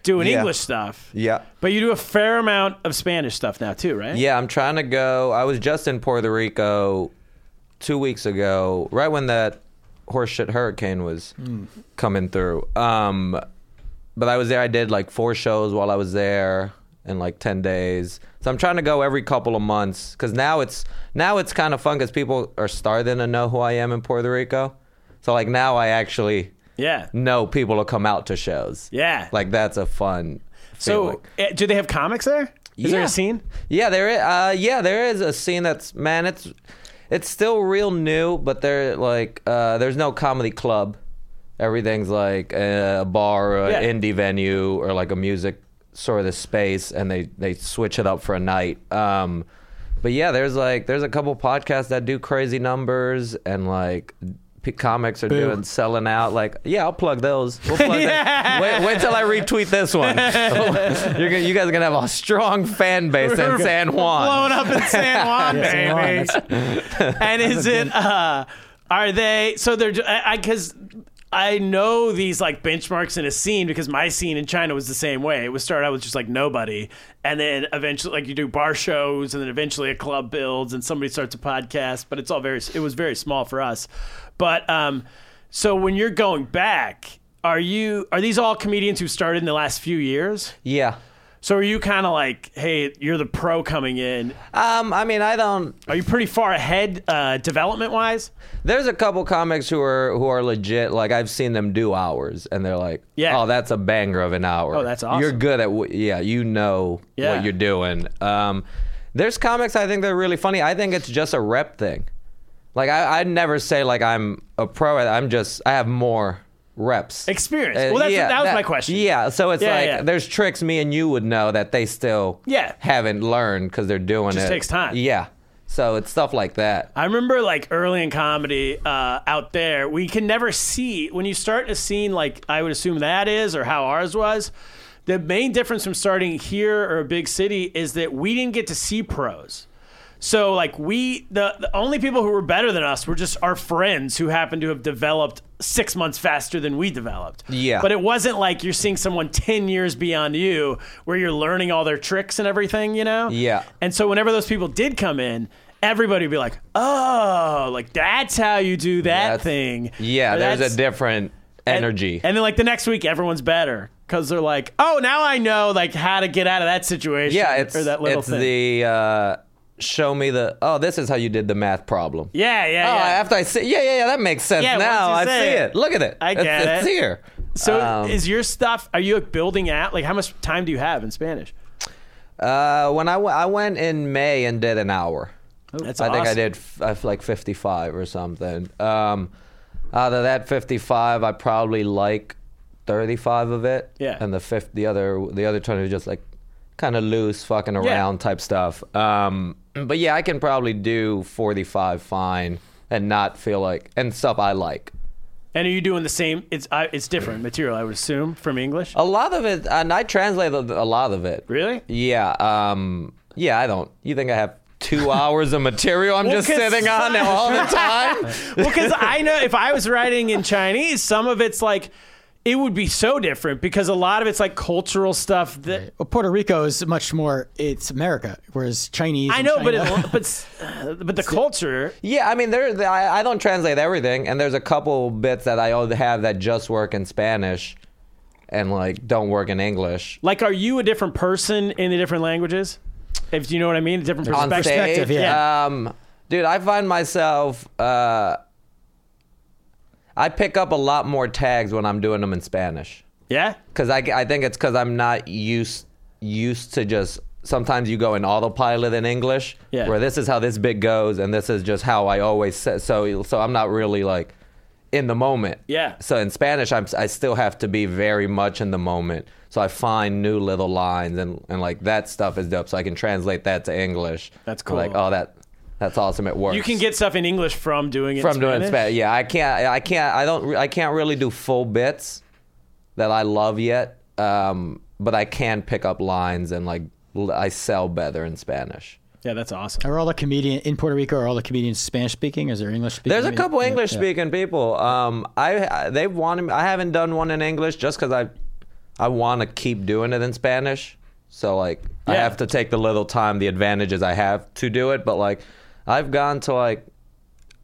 Speaker 4: doing
Speaker 7: Yeah.
Speaker 4: English stuff.
Speaker 7: Yeah.
Speaker 4: But you do a fair amount of Spanish stuff now too, right?
Speaker 7: Yeah, I'm trying to go. I was just in Puerto Rico two weeks ago, right when that horseshit hurricane was
Speaker 4: Mm.
Speaker 7: coming through. Um, but I was there. I did like four shows while I was there in like ten days. So I'm trying to go every couple of months because now it's now it's kind of fun because people are starting to know who I am in Puerto Rico. So like now I actually
Speaker 4: Yeah.
Speaker 7: know people will come out to shows.
Speaker 4: Yeah.
Speaker 7: like that's a fun.
Speaker 4: So
Speaker 7: feeling.
Speaker 4: eh, do they have comics there? Is there
Speaker 7: Yeah.
Speaker 4: a scene?
Speaker 7: Yeah, there is. Uh, yeah, there is a scene that's man. It's it's still real new, but they're like uh, there's no comedy club. Everything's like uh, a bar, or
Speaker 4: Yeah.
Speaker 7: an indie venue, or like a music sort of space, and they they switch it up for a night. Um, but yeah, there's like there's a couple podcasts that do crazy numbers, and like p- comics are doing selling out. Like yeah, I'll plug those.
Speaker 4: [laughs]
Speaker 7: We'll plug
Speaker 4: Yeah.
Speaker 7: that. Wait, wait till I retweet this one.
Speaker 4: [laughs]
Speaker 7: [laughs] You're gonna, you guys are gonna have a strong fan base in San Juan.
Speaker 4: Blowing up in
Speaker 7: [laughs]
Speaker 4: San Juan,
Speaker 5: Yeah, San Juan,
Speaker 4: baby.
Speaker 5: [laughs]
Speaker 4: and is it? Uh, are they? So they're because I, because I know these like benchmarks in a scene because my scene in China was the same way. It was started out with just like nobody, and then eventually like you do bar shows, and then eventually a club builds, and somebody starts a podcast. But it's all very it was very small for us. But um, so when you're going back. Are you are these all comedians who started in the last few years?
Speaker 7: Yeah.
Speaker 4: So are you kind of like, hey, you're the pro coming in?
Speaker 7: Um, I mean, I don't.
Speaker 4: Are you pretty far ahead uh, development wise?
Speaker 7: There's a couple comics who are who are legit. Like I've seen them do hours, and they're like,
Speaker 4: Yeah.
Speaker 7: oh, that's a banger of an hour.
Speaker 4: Oh, that's awesome.
Speaker 7: You're good at what? Yeah, you know
Speaker 4: Yeah.
Speaker 7: what you're doing. Um, there's comics I think they're really funny. I think it's just a rep thing. Like I, I never say like I'm a pro. at- I'm just I have more reps
Speaker 4: Experience.
Speaker 7: Uh,
Speaker 4: Well, that's, that was my question.
Speaker 7: Yeah, so it's
Speaker 4: Yeah,
Speaker 7: like
Speaker 4: yeah.
Speaker 7: there's tricks me and you would know that they still
Speaker 4: Yeah.
Speaker 7: haven't learned because they're doing
Speaker 4: Just
Speaker 7: it.
Speaker 4: takes time.
Speaker 7: Yeah, so it's stuff like that.
Speaker 4: I remember like early in comedy uh, out there, we can never see when you start a scene like I would assume that is or how ours was. The main difference from starting here or a big city is that we didn't get to see pros. So like we the, the only people who were better than us were just our friends who happened to have developed six months faster than we developed.
Speaker 7: Yeah.
Speaker 4: But it wasn't like you're seeing someone ten years beyond you where you're learning all their tricks and everything, you know?
Speaker 7: Yeah.
Speaker 4: And so whenever those people did come in, everybody would be like, "Oh, like that's how you do that
Speaker 7: That's-
Speaker 4: thing."
Speaker 7: Yeah,
Speaker 4: Or
Speaker 7: there's
Speaker 4: that's-
Speaker 7: a different
Speaker 4: and-
Speaker 7: energy.
Speaker 4: And, then like the next week, everyone's better because they're like, "Oh, now I know like how to get out of that situation."
Speaker 7: yeah, it's
Speaker 4: or that little
Speaker 7: it's
Speaker 4: thing.
Speaker 7: the uh, show me the oh this is how you did the math problem.
Speaker 4: yeah, yeah,
Speaker 7: Oh,
Speaker 4: yeah.
Speaker 7: after I see, yeah, yeah, yeah, that makes sense
Speaker 4: Yeah, once
Speaker 7: now.
Speaker 4: you
Speaker 7: I see
Speaker 4: say it.
Speaker 7: it. Look at it.
Speaker 4: I
Speaker 7: It's-
Speaker 4: get
Speaker 7: it's,
Speaker 4: it.
Speaker 7: here.
Speaker 4: so
Speaker 7: Um,
Speaker 4: is your stuff? Are you like, building out? Like, how much time do you have in Spanish?
Speaker 7: uh, when I w- I went in May and did an hour.
Speaker 4: That's
Speaker 7: Oh, I think I
Speaker 4: awesome.
Speaker 7: did f- I f- like 55 or something. Um, out of that 55, I probably like 35 of it.
Speaker 4: Yeah.
Speaker 7: And the fifth, the other, the other 20 is just like kind of loose, fucking around
Speaker 4: Yeah.
Speaker 7: type stuff. Um, but yeah, I can probably do 45 fine. and not feel like and stuff I like.
Speaker 4: And are you doing the same? It's I, it's different material, I would assume, from English.
Speaker 7: A lot of it, and I translate a a lot of it.
Speaker 4: Really?
Speaker 7: Yeah. Um, yeah, I don't. You think I have two [laughs] hours of material I'm
Speaker 4: Well,
Speaker 7: just
Speaker 4: 'cause- [laughs]
Speaker 7: sitting on all the time?
Speaker 4: well, because I know if I was writing in Chinese, some of it's like it would be so different because a lot of it's like cultural stuff that
Speaker 5: Well, Puerto Rico is much more. It's America, whereas Chinese.
Speaker 4: I
Speaker 5: and
Speaker 4: know, but
Speaker 5: China-
Speaker 4: it, but s- uh, but the culture.
Speaker 7: Yeah, I mean, there. I, I don't translate everything, and there's a couple bits that I have that just work in Spanish, and like don't work in English.
Speaker 4: Like, are you a different person in the different languages? If you know what I mean, a different
Speaker 7: on
Speaker 4: perspective.
Speaker 7: stage.
Speaker 5: yeah.
Speaker 7: Um, dude, I find myself. Uh, I pick up a lot more tags when I'm doing them in Spanish
Speaker 4: Yeah.
Speaker 7: because I, I think it's because I'm not used used to just. Sometimes you go in autopilot in English,
Speaker 4: Yeah.
Speaker 7: where this is how this bit goes, and this is just how I always say. So so I'm not really like in the moment.
Speaker 4: Yeah.
Speaker 7: So in Spanish, I'm I still have to be very much in the moment. So I find new little lines and and like that stuff is dope. So I can translate that to English.
Speaker 4: That's
Speaker 7: I'm Like
Speaker 4: cool.
Speaker 7: oh that that's awesome. It works.
Speaker 4: You can get stuff in English from doing it. in
Speaker 7: from doing it in
Speaker 4: Spanish.
Speaker 7: Spanish. Yeah, I can't. I can't. I don't. re- I can't really do full bits that I love yet. Um, but I can pick up lines and like l- I sell better in Spanish.
Speaker 4: Yeah, that's awesome.
Speaker 5: [laughs] Are all the comedian in Puerto Rico? Are all the comedians Spanish speaking? Is there English speaking?
Speaker 7: There's a couple
Speaker 5: Yeah,
Speaker 7: English
Speaker 5: yeah.
Speaker 7: speaking people. Um, I I- they've wanted. me- I haven't done one in English just because I I want to keep doing it in Spanish. So like I
Speaker 4: Yeah.
Speaker 7: have to take the little time, the advantages I have to do it. But like I've gone to like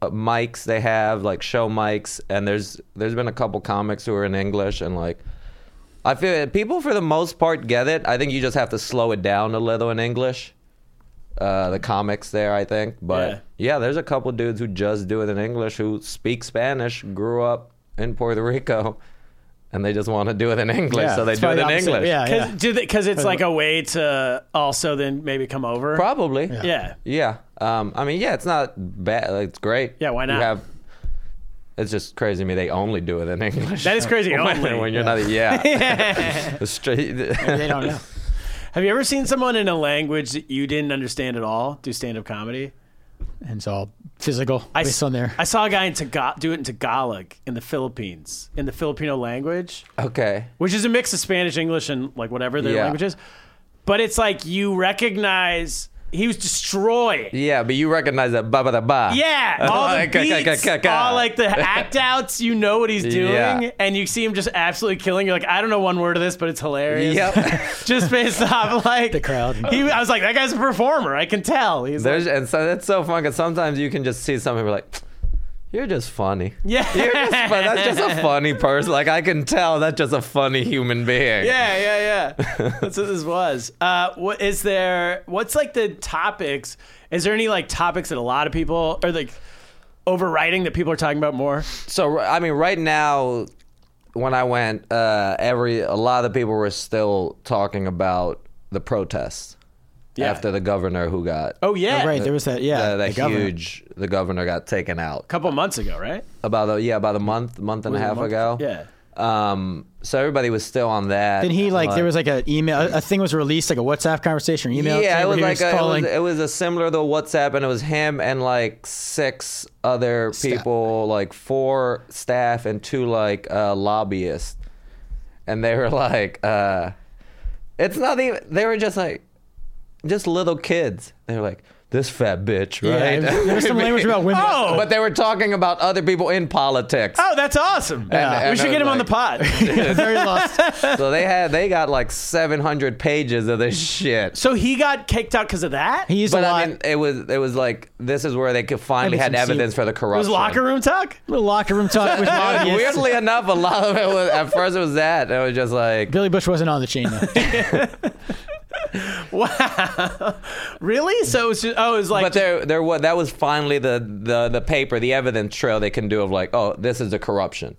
Speaker 7: uh, mics they have like show mics, and there's there's been a couple comics who are in English and like. I feel that people, for the most part, get it. I think you just have to slow it down a little in English. Uh, the comics there, I think, but
Speaker 4: Yeah.
Speaker 7: yeah. there's a couple dudes who just do it in English who speak Spanish, grew up in Puerto Rico, and they just want to do it in English,
Speaker 5: Yeah,
Speaker 7: so they
Speaker 5: it's
Speaker 7: do it
Speaker 5: probably
Speaker 7: in
Speaker 5: the opposite.
Speaker 7: English.
Speaker 5: Yeah,
Speaker 4: Because
Speaker 5: yeah.
Speaker 4: it's like a way to also then maybe come over.
Speaker 7: probably.
Speaker 4: Yeah.
Speaker 7: Yeah. Um, I mean, yeah, it's not bad. like, It's great.
Speaker 4: Yeah, why not?
Speaker 7: You have. It's just crazy to me. They only do it in English.
Speaker 4: That is crazy.
Speaker 7: [laughs] when,
Speaker 4: Only.
Speaker 7: when you're not. Yeah. [laughs] The straight-
Speaker 5: They don't know.
Speaker 4: Have you ever seen someone in a language that you didn't understand at all do stand up comedy?
Speaker 5: And it's all physical
Speaker 4: I
Speaker 5: based
Speaker 4: s-
Speaker 5: on their.
Speaker 4: I saw a guy in Taga- do it in Tagalog in the Philippines in the Filipino language,
Speaker 7: okay.
Speaker 4: which is a mix of Spanish, English, and like whatever their
Speaker 7: Yeah.
Speaker 4: language is. But it's like you recognize he was destroying.
Speaker 7: Yeah, but you recognize that ba ba da ba. [laughs]
Speaker 4: Yeah, all the
Speaker 7: Ka- ka- ka-
Speaker 4: beats,
Speaker 7: ka- ka.
Speaker 4: all like
Speaker 7: [laughs]
Speaker 4: the act outs. You know what he's doing,
Speaker 7: Yeah.
Speaker 4: and you see him just absolutely killing. You're like, I don't know one word of this, but it's hilarious.
Speaker 7: Yep.
Speaker 4: [laughs] just based off like
Speaker 5: [laughs] The crowd.
Speaker 4: He, I was like, that guy's a performer. I can tell. He's
Speaker 7: There's and so that's so fun because sometimes you can just see something and be like, you're just funny.
Speaker 4: [laughs] Yeah.
Speaker 7: You're just fun. That's
Speaker 4: [laughs]
Speaker 7: just a funny person. Like I can tell that's just a funny human being.
Speaker 4: Yeah, yeah, yeah. That's what this was. Uh, what is there? What's like the topics? Is there any like topics that a lot of people are like overriding that people are talking about more?
Speaker 7: So I mean, right now, when I went, uh, every a lot of people were still talking about the protests
Speaker 4: Yeah.
Speaker 7: after the governor who got
Speaker 4: Oh yeah,
Speaker 5: right. There was that. Yeah.
Speaker 7: uh, that
Speaker 5: the governor.
Speaker 7: huge the governor got taken out
Speaker 4: A couple months ago, right?
Speaker 7: about a, yeah about a month month and a
Speaker 4: Was it a
Speaker 7: half
Speaker 4: month?
Speaker 7: ago
Speaker 4: Yeah.
Speaker 7: Um, so everybody was still on that.
Speaker 5: Then he like there was like an email. A, a thing was released, like a WhatsApp conversation or email.
Speaker 7: yeah, it
Speaker 5: chamber
Speaker 7: was
Speaker 5: he
Speaker 7: like a, it, was,
Speaker 5: calling.
Speaker 7: it was a similar to WhatsApp, and it was him and like six other people, like four staff and two like uh, lobbyists, and they were like, uh, it's not even. They were just like, just little kids. They were like. This fat bitch, right?
Speaker 5: Yeah, there was some language about women.
Speaker 4: Oh!
Speaker 7: [laughs] but they were talking about other people
Speaker 5: [laughs]
Speaker 7: in politics.
Speaker 4: Oh, that's awesome.
Speaker 7: Yeah.
Speaker 4: we should get him on the pod.
Speaker 7: [laughs]
Speaker 5: very lost.
Speaker 7: So they had they got like 700 pages of this shit.
Speaker 4: so he got kicked out because of that.
Speaker 5: He used a
Speaker 7: But
Speaker 5: lot.
Speaker 7: I mean, it was it was like this is where they could finally
Speaker 5: Maybe
Speaker 7: had
Speaker 5: some
Speaker 7: evidence
Speaker 5: seed.
Speaker 7: for the
Speaker 4: It
Speaker 7: corruption.
Speaker 4: was locker room talk.
Speaker 5: little locker room talk with the audience.
Speaker 7: [laughs] Weirdly enough, a lot of it was at first it was that it was just like
Speaker 5: Billy Bush wasn't on the chain.
Speaker 7: [laughs]
Speaker 5: Though.
Speaker 4: Wow, really? So it was just, oh, it was like
Speaker 7: but there there was that was finally the the the paper the evidence trail they can do of like oh this is the corruption.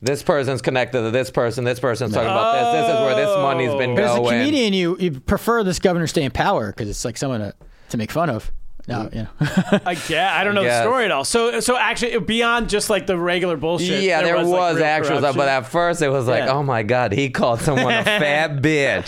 Speaker 7: This person's connected to this person. This person's talking about this. This is where this money's
Speaker 4: Oh.
Speaker 7: been
Speaker 5: But as a
Speaker 7: going.
Speaker 5: comedian, you you prefer this governor stay in power because it's like someone to, to make fun of. No, you know. [laughs]
Speaker 4: I guess I don't know the
Speaker 7: guess.
Speaker 4: story at all. So so actually beyond just like the regular bullshit.
Speaker 7: Yeah, there, was,
Speaker 4: like, real
Speaker 7: actual stuff, but
Speaker 4: corruption.
Speaker 7: at first it was like,
Speaker 4: Yeah.
Speaker 7: oh my god, he called someone
Speaker 4: [laughs]
Speaker 7: a fat bitch,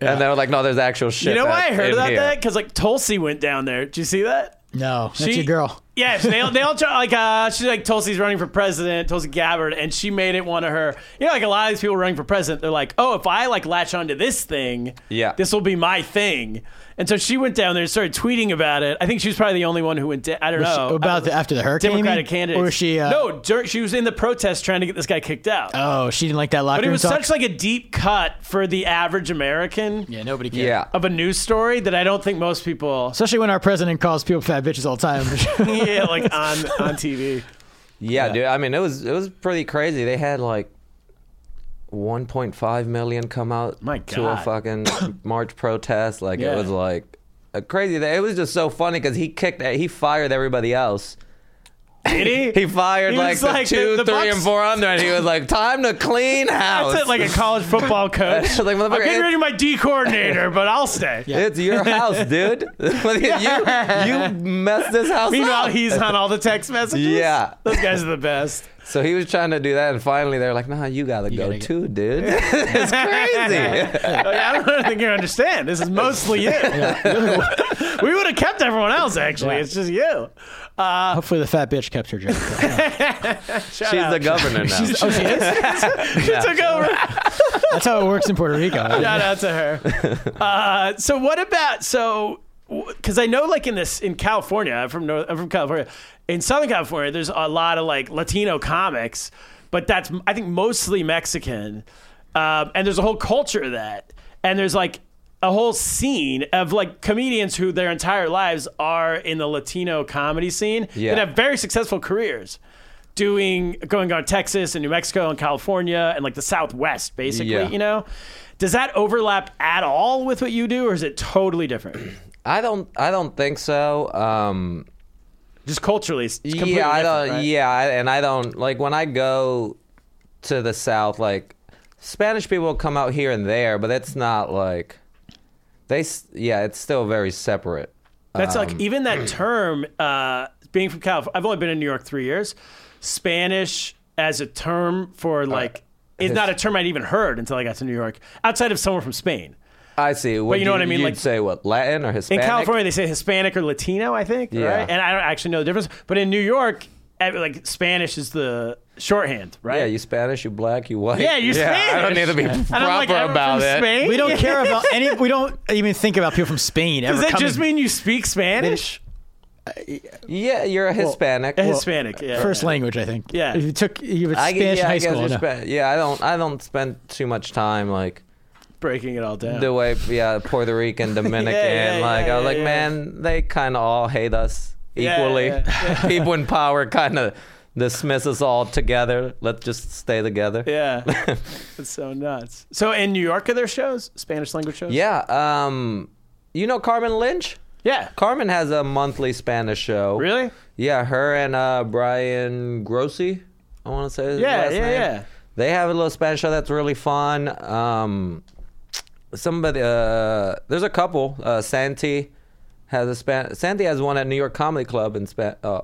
Speaker 7: [laughs] and they were like, no, there's actual shit.
Speaker 4: You know why I
Speaker 7: that's
Speaker 4: heard
Speaker 7: in
Speaker 4: about
Speaker 7: here.
Speaker 4: that? Because like Tulsi went down there. Did you see that?
Speaker 5: No, that's
Speaker 4: She-
Speaker 5: your girl.
Speaker 4: Yes, they all, they all try, like uh, she's like Tulsi's running for president, Tulsi Gabbard, and she made it one of her. You know, like a lot of these people running for president, they're like, oh, if I like latch onto this thing,
Speaker 7: Yeah.
Speaker 4: this will be my thing. And so she went down there and started tweeting about it. I think she was probably the only one who went. Da- Oh, I don't
Speaker 5: Was she-
Speaker 4: know
Speaker 5: about the-
Speaker 4: I-
Speaker 5: after the hurricane, you mean?
Speaker 4: Democratic candidate.
Speaker 5: Or was she, uh,
Speaker 4: no, dur- she was in the protest trying to get this guy kicked out.
Speaker 5: Oh, she didn't like that locker
Speaker 4: but it
Speaker 5: room
Speaker 4: was
Speaker 5: talk.
Speaker 4: such like a deep cut for the average American
Speaker 5: yeah, nobody cares.
Speaker 7: Yeah.
Speaker 4: of a news story that I don't think most people.
Speaker 5: Especially when our president calls people fat bitches all the
Speaker 4: [laughs]
Speaker 5: time. [laughs]
Speaker 4: yeah, like on on TV.
Speaker 7: Yeah, dude. I mean, it was it was pretty crazy. They had like 1.5 million come out
Speaker 4: My
Speaker 7: to a
Speaker 4: God. [coughs]
Speaker 7: fucking march protest. Like
Speaker 4: Yeah.
Speaker 7: it was like a crazy. Thing. It was just so funny because he kicked he fired everybody else.
Speaker 4: Did he?
Speaker 7: He fired
Speaker 4: He
Speaker 7: like
Speaker 4: was
Speaker 7: the
Speaker 4: like, the-
Speaker 7: two,
Speaker 4: the
Speaker 7: three,
Speaker 4: Bucks-
Speaker 7: and four under, and he was like, "Time to clean
Speaker 4: [laughs]
Speaker 7: house."
Speaker 4: That's it, like a college football coach.
Speaker 7: Like,
Speaker 4: I'm
Speaker 7: motherfucker,
Speaker 4: getting
Speaker 7: it-
Speaker 4: rid of my D
Speaker 7: [laughs]
Speaker 4: coordinator, but I'll stay.
Speaker 7: [laughs] It's your house, dude. [laughs]
Speaker 4: [laughs]
Speaker 7: you you messed this house
Speaker 4: Meanwhile,
Speaker 7: up.
Speaker 4: he's on all the text messages.
Speaker 7: Yeah.
Speaker 4: Those guys are the best.
Speaker 7: so he was trying to do that, and finally they're like, "Nah, you gotta go
Speaker 5: gotta go."
Speaker 4: [laughs]
Speaker 7: too, dude." [laughs] [laughs] it's crazy.
Speaker 4: Like, I don't think you understand. This is mostly you. [laughs] we would have kept everyone else, actually.
Speaker 5: Yeah.
Speaker 4: It's just you.
Speaker 5: Hopefully, the fat bitch kept
Speaker 4: [laughs]
Speaker 5: her job.
Speaker 4: Shout
Speaker 7: She's
Speaker 4: out.
Speaker 7: the governor now.
Speaker 5: oh, she
Speaker 4: [laughs]
Speaker 5: is?
Speaker 4: She took over.
Speaker 5: That's how it works in Puerto Rico.
Speaker 4: Shout out to her. Uh, so what about so? Because I know, like in this in California, I'm from North, I'm from California. In Southern California, there's a lot of like Latino comics, but that's I think mostly Mexican. Um, and there's a whole culture of that, and there's like a whole scene of like comedians who their entire lives are in the Latino comedy scene
Speaker 7: Yeah.
Speaker 4: that have very successful careers. Doing going on Texas and New Mexico and California and like the Southwest, basically,
Speaker 7: Yeah.
Speaker 4: you know. Does that overlap at all with what you do, or is it totally different? [clears throat]
Speaker 7: I don't. I don't think so. Um,
Speaker 4: Just culturally, it's completely
Speaker 7: yeah, I
Speaker 4: different,
Speaker 7: don't.
Speaker 4: right?
Speaker 7: Yeah, I- and I don't like when I go to the south. Like Spanish people come out here and there, but it's not like they. s- Yeah, it's still very separate.
Speaker 4: That's
Speaker 7: Um,
Speaker 4: like even that
Speaker 7: [clears throat]
Speaker 4: term. Uh, being from California, I've only been in New York three years. Spanish as a term for like
Speaker 7: Uh,
Speaker 4: is not a term I'd even heard until I got to New York. Outside of someone from Spain,
Speaker 7: I see. What
Speaker 4: you know
Speaker 7: do
Speaker 4: what I mean,
Speaker 7: You'd
Speaker 4: like-
Speaker 7: say what Latin or
Speaker 4: in
Speaker 7: Hispanic?
Speaker 4: California they say Hispanic or Latino, I think,
Speaker 7: Yeah.
Speaker 4: right? And I don't actually know the difference. But in New York, eh, like Spanish is the shorthand, right?
Speaker 7: Yeah, you Spanish, you black, you white.
Speaker 4: Yeah, you
Speaker 7: I don't need to be
Speaker 4: Spanish.
Speaker 7: proper
Speaker 4: And I'm like, I'm
Speaker 7: about
Speaker 4: from
Speaker 7: it.
Speaker 4: Spain?
Speaker 5: We don't care about any. We don't even think about people from Spain ever
Speaker 4: Does that
Speaker 5: coming.
Speaker 4: just mean you speak Spanish?
Speaker 7: [laughs] Yeah, you're a Hispanic.
Speaker 4: A Hispanic, yeah.
Speaker 5: first language? I think.
Speaker 4: Yeah.
Speaker 5: If you took you were
Speaker 7: I, yeah,
Speaker 5: Spanish in
Speaker 7: I
Speaker 5: high
Speaker 7: guess
Speaker 5: school.
Speaker 7: you're
Speaker 5: no.
Speaker 7: Spa- yeah, I don't. I don't spend too much time like
Speaker 4: breaking it all down.
Speaker 7: the way yeah Puerto Rican
Speaker 4: [laughs]
Speaker 7: Dominican
Speaker 4: yeah,
Speaker 7: like
Speaker 4: yeah,
Speaker 7: I was
Speaker 4: yeah,
Speaker 7: like
Speaker 4: yeah.
Speaker 7: man they kind of all hate us
Speaker 4: Yeah,
Speaker 7: equally
Speaker 4: yeah,
Speaker 7: [laughs] people in power kind of dismiss us all together let's just stay together [laughs]
Speaker 4: yeah, it's so nuts. So in New York, are there shows Spanish language shows?
Speaker 7: yeah um you know Carmen Lynch
Speaker 4: yeah.
Speaker 7: Carmen has a monthly Spanish show
Speaker 4: Really?
Speaker 7: yeah her and uh Brian Grossi I want to say his
Speaker 4: Yeah,
Speaker 7: last
Speaker 4: yeah,
Speaker 7: name.
Speaker 4: yeah.
Speaker 7: they have a little Spanish show that's really fun um somebody uh there's a couple uh santi has a span santi has one at new york comedy club in span uh,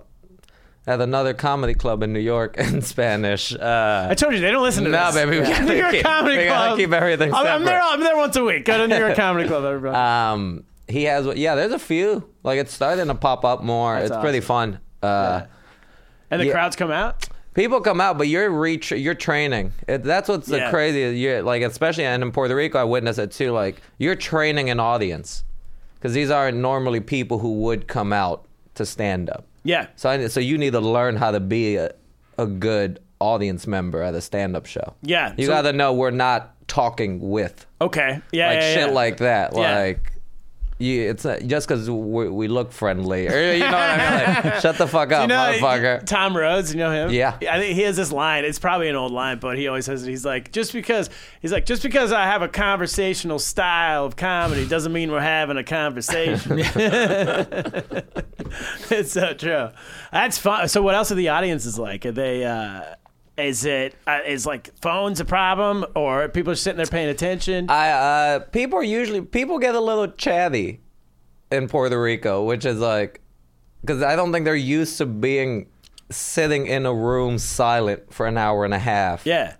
Speaker 7: at another comedy club in new york [laughs] in spanish uh
Speaker 4: I told you they don't listen to
Speaker 7: no
Speaker 4: this.
Speaker 7: baby we gotta
Speaker 4: [laughs] New York
Speaker 7: keep,
Speaker 4: Comedy
Speaker 7: we
Speaker 4: Club.
Speaker 7: gotta keep everything
Speaker 4: I'm,
Speaker 7: separate.
Speaker 4: I'm there. I'm there once a week. Go to New
Speaker 7: [laughs]
Speaker 4: York Comedy Club, everybody.
Speaker 7: um he has yeah there's a few like it's starting to pop up more it's pretty fun uh
Speaker 4: and the
Speaker 7: yeah.
Speaker 4: crowds come out.
Speaker 7: People come out, but you're reach, you're training. It, that's what's
Speaker 4: Yeah.
Speaker 7: the craziest. You're, like especially and in Puerto Rico, I witnessed it too. Like you're training an audience because these aren't normally people who would come out to stand up.
Speaker 4: Yeah.
Speaker 7: So I, so you need to learn how to be a, a good audience member at a stand up show.
Speaker 4: Yeah.
Speaker 7: You
Speaker 4: So-
Speaker 7: got to know we're not talking with
Speaker 4: Okay. Yeah.
Speaker 7: like
Speaker 4: yeah,
Speaker 7: shit
Speaker 4: yeah.
Speaker 7: like that.
Speaker 4: Yeah.
Speaker 7: Like. You, it's not, just because we, we look friendly, or, you know what I
Speaker 4: [laughs]
Speaker 7: mean. Like, shut the fuck up,
Speaker 4: You know,
Speaker 7: motherfucker.
Speaker 4: Tom Rhodes, you know him?
Speaker 7: Yeah.
Speaker 4: I think he has this line. It's probably an old line, but he always says it. He's like, just because he's like, just because I have a conversational style of comedy doesn't mean we're having a
Speaker 7: [laughs]
Speaker 4: conversation. [laughs] it's so true. That's fun. So what else are the audiences like? Are they uh is it uh, is like phones a problem or are people sitting there paying attention?
Speaker 7: I uh, people are usually people get a little chatty in Puerto Rico, which is like because I don't think they're used to being sitting in a room silent for an hour and a half.
Speaker 4: yeah.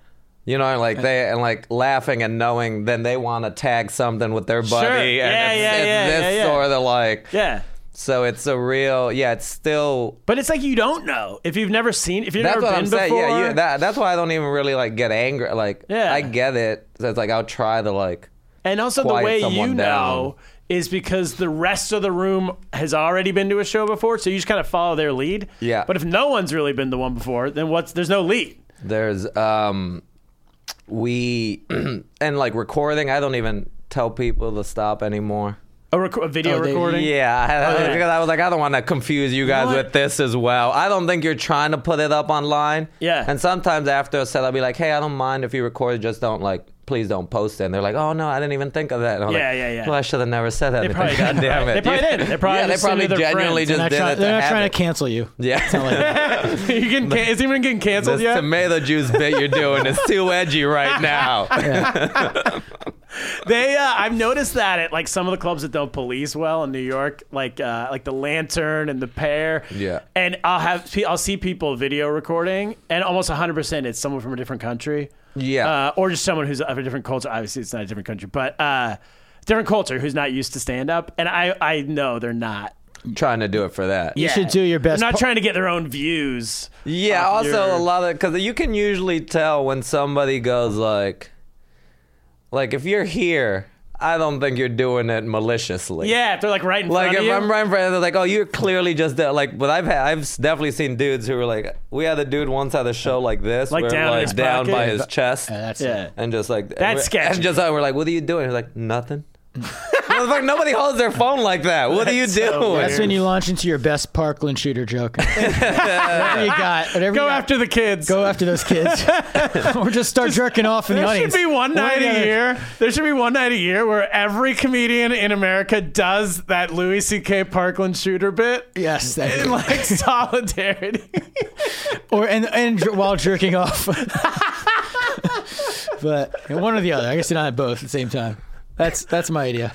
Speaker 7: you know, like they and like laughing and knowing. Then they want to tag something with their buddy, and
Speaker 4: Yeah,
Speaker 7: it's,
Speaker 4: yeah,
Speaker 7: it's
Speaker 4: yeah,
Speaker 7: this
Speaker 4: yeah, yeah.
Speaker 7: sort of like
Speaker 4: Yeah.
Speaker 7: So it's a real, yeah, it's still.
Speaker 4: But it's like you don't know if you've never seen if you've
Speaker 7: That's
Speaker 4: never
Speaker 7: what
Speaker 4: been
Speaker 7: I'm
Speaker 4: before.
Speaker 7: saying. Yeah, yeah that, that's why I don't even really like get angry. Like,
Speaker 4: Yeah.
Speaker 7: I get it. So it's like I'll try the like.
Speaker 4: and also the
Speaker 7: quiet
Speaker 4: way
Speaker 7: someone
Speaker 4: you know is because the rest of the room has already been to a show before, so you just kind of follow their lead.
Speaker 7: Yeah.
Speaker 4: But if no one's really been to one before, then what's there's no lead.
Speaker 7: There's um, we [clears throat] and like recording. I don't even tell people to stop anymore.
Speaker 4: A, rec- a video
Speaker 5: Oh, they-
Speaker 4: recording.
Speaker 7: Yeah, I-
Speaker 4: yeah.
Speaker 7: because I was like, I don't want to confuse you guys
Speaker 4: What?
Speaker 7: with this as well. I don't think you're trying to put it up online.
Speaker 4: Yeah.
Speaker 7: And sometimes after a set, I'll be like, hey, I don't mind if you record it, just don't like, please don't post it. And they're like, oh no, I didn't even think of that. And I'm
Speaker 4: Yeah,
Speaker 7: like,
Speaker 4: yeah, yeah.
Speaker 7: Well, I should have never said that.
Speaker 4: probably
Speaker 7: [laughs] God
Speaker 4: didn't.
Speaker 7: damn it.
Speaker 4: They probably didn't. They probably
Speaker 7: yeah, they
Speaker 4: just sent
Speaker 7: probably
Speaker 4: it to their
Speaker 7: genuinely
Speaker 4: friends.
Speaker 7: just
Speaker 5: They're not,
Speaker 7: did
Speaker 5: try-
Speaker 7: it.
Speaker 5: they're
Speaker 7: to
Speaker 5: not
Speaker 7: have
Speaker 5: trying
Speaker 7: it.
Speaker 5: to cancel you.
Speaker 7: Yeah.
Speaker 4: [laughs] you getting can- is it even getting canceled
Speaker 7: [laughs] This
Speaker 4: yet?
Speaker 7: tomato juice bit you're doing is too edgy
Speaker 4: [laughs]
Speaker 7: right now.
Speaker 4: They, uh, I've noticed that at like some of the clubs that don't police well in New York, like uh, like the Lantern and the Pear.
Speaker 7: Yeah.
Speaker 4: And I'll have pe- I'll see people video recording, and almost 100 percent it's someone from a different country.
Speaker 7: Yeah.
Speaker 4: Uh, or just someone who's of a different culture. Obviously, it's not a different country, but uh, different culture who's not used to stand up. And I I know they're not.
Speaker 7: trying to do it for that.
Speaker 5: You should do your best.
Speaker 4: They're not
Speaker 5: po-
Speaker 4: trying to get their own views.
Speaker 7: Yeah,
Speaker 4: off
Speaker 7: also
Speaker 4: uh, your-
Speaker 7: a lot of because you can usually tell when somebody goes like, like if you're here, I don't think you're doing it maliciously.
Speaker 4: Yeah, if they're like right in
Speaker 7: Like
Speaker 4: front of
Speaker 7: if
Speaker 4: you.
Speaker 7: I'm right in front of them, like, oh, you're clearly just there. like. But I've had, I've s- definitely seen dudes who were like, we had a dude once at a show like this,
Speaker 4: Like
Speaker 7: where,
Speaker 4: down in
Speaker 7: like,
Speaker 4: his
Speaker 7: down
Speaker 4: pocket?
Speaker 7: by his chest,
Speaker 5: Yeah, that's
Speaker 4: yeah.
Speaker 7: and just like and
Speaker 4: That's
Speaker 7: we-
Speaker 4: sketchy.
Speaker 7: And just uh, we're like, what are you doing? He's like, nothing. [laughs] Motherfucker, nobody holds their phone like that. What are you
Speaker 4: That's so
Speaker 7: doing?
Speaker 4: weird.
Speaker 5: That's when you launch into your best Parkland shooter
Speaker 4: [laughs]
Speaker 5: joke. whatever you got, whatever
Speaker 4: Go
Speaker 5: you got,
Speaker 4: after the kids.
Speaker 5: go after
Speaker 4: [laughs]
Speaker 5: those kids, [laughs] or just start jerking off in the
Speaker 4: There
Speaker 5: audience.
Speaker 4: should be one night
Speaker 5: the
Speaker 4: a
Speaker 5: other.
Speaker 4: year. There should be one night a year where every comedian in America does that Louis C.K. Parkland shooter bit
Speaker 5: [laughs] Yes, that-
Speaker 4: in like solidarity. [laughs]
Speaker 5: or and and dr- while jerking
Speaker 7: [laughs]
Speaker 5: off. but one or the other. I guess you're not both at the same time. That's that's my idea.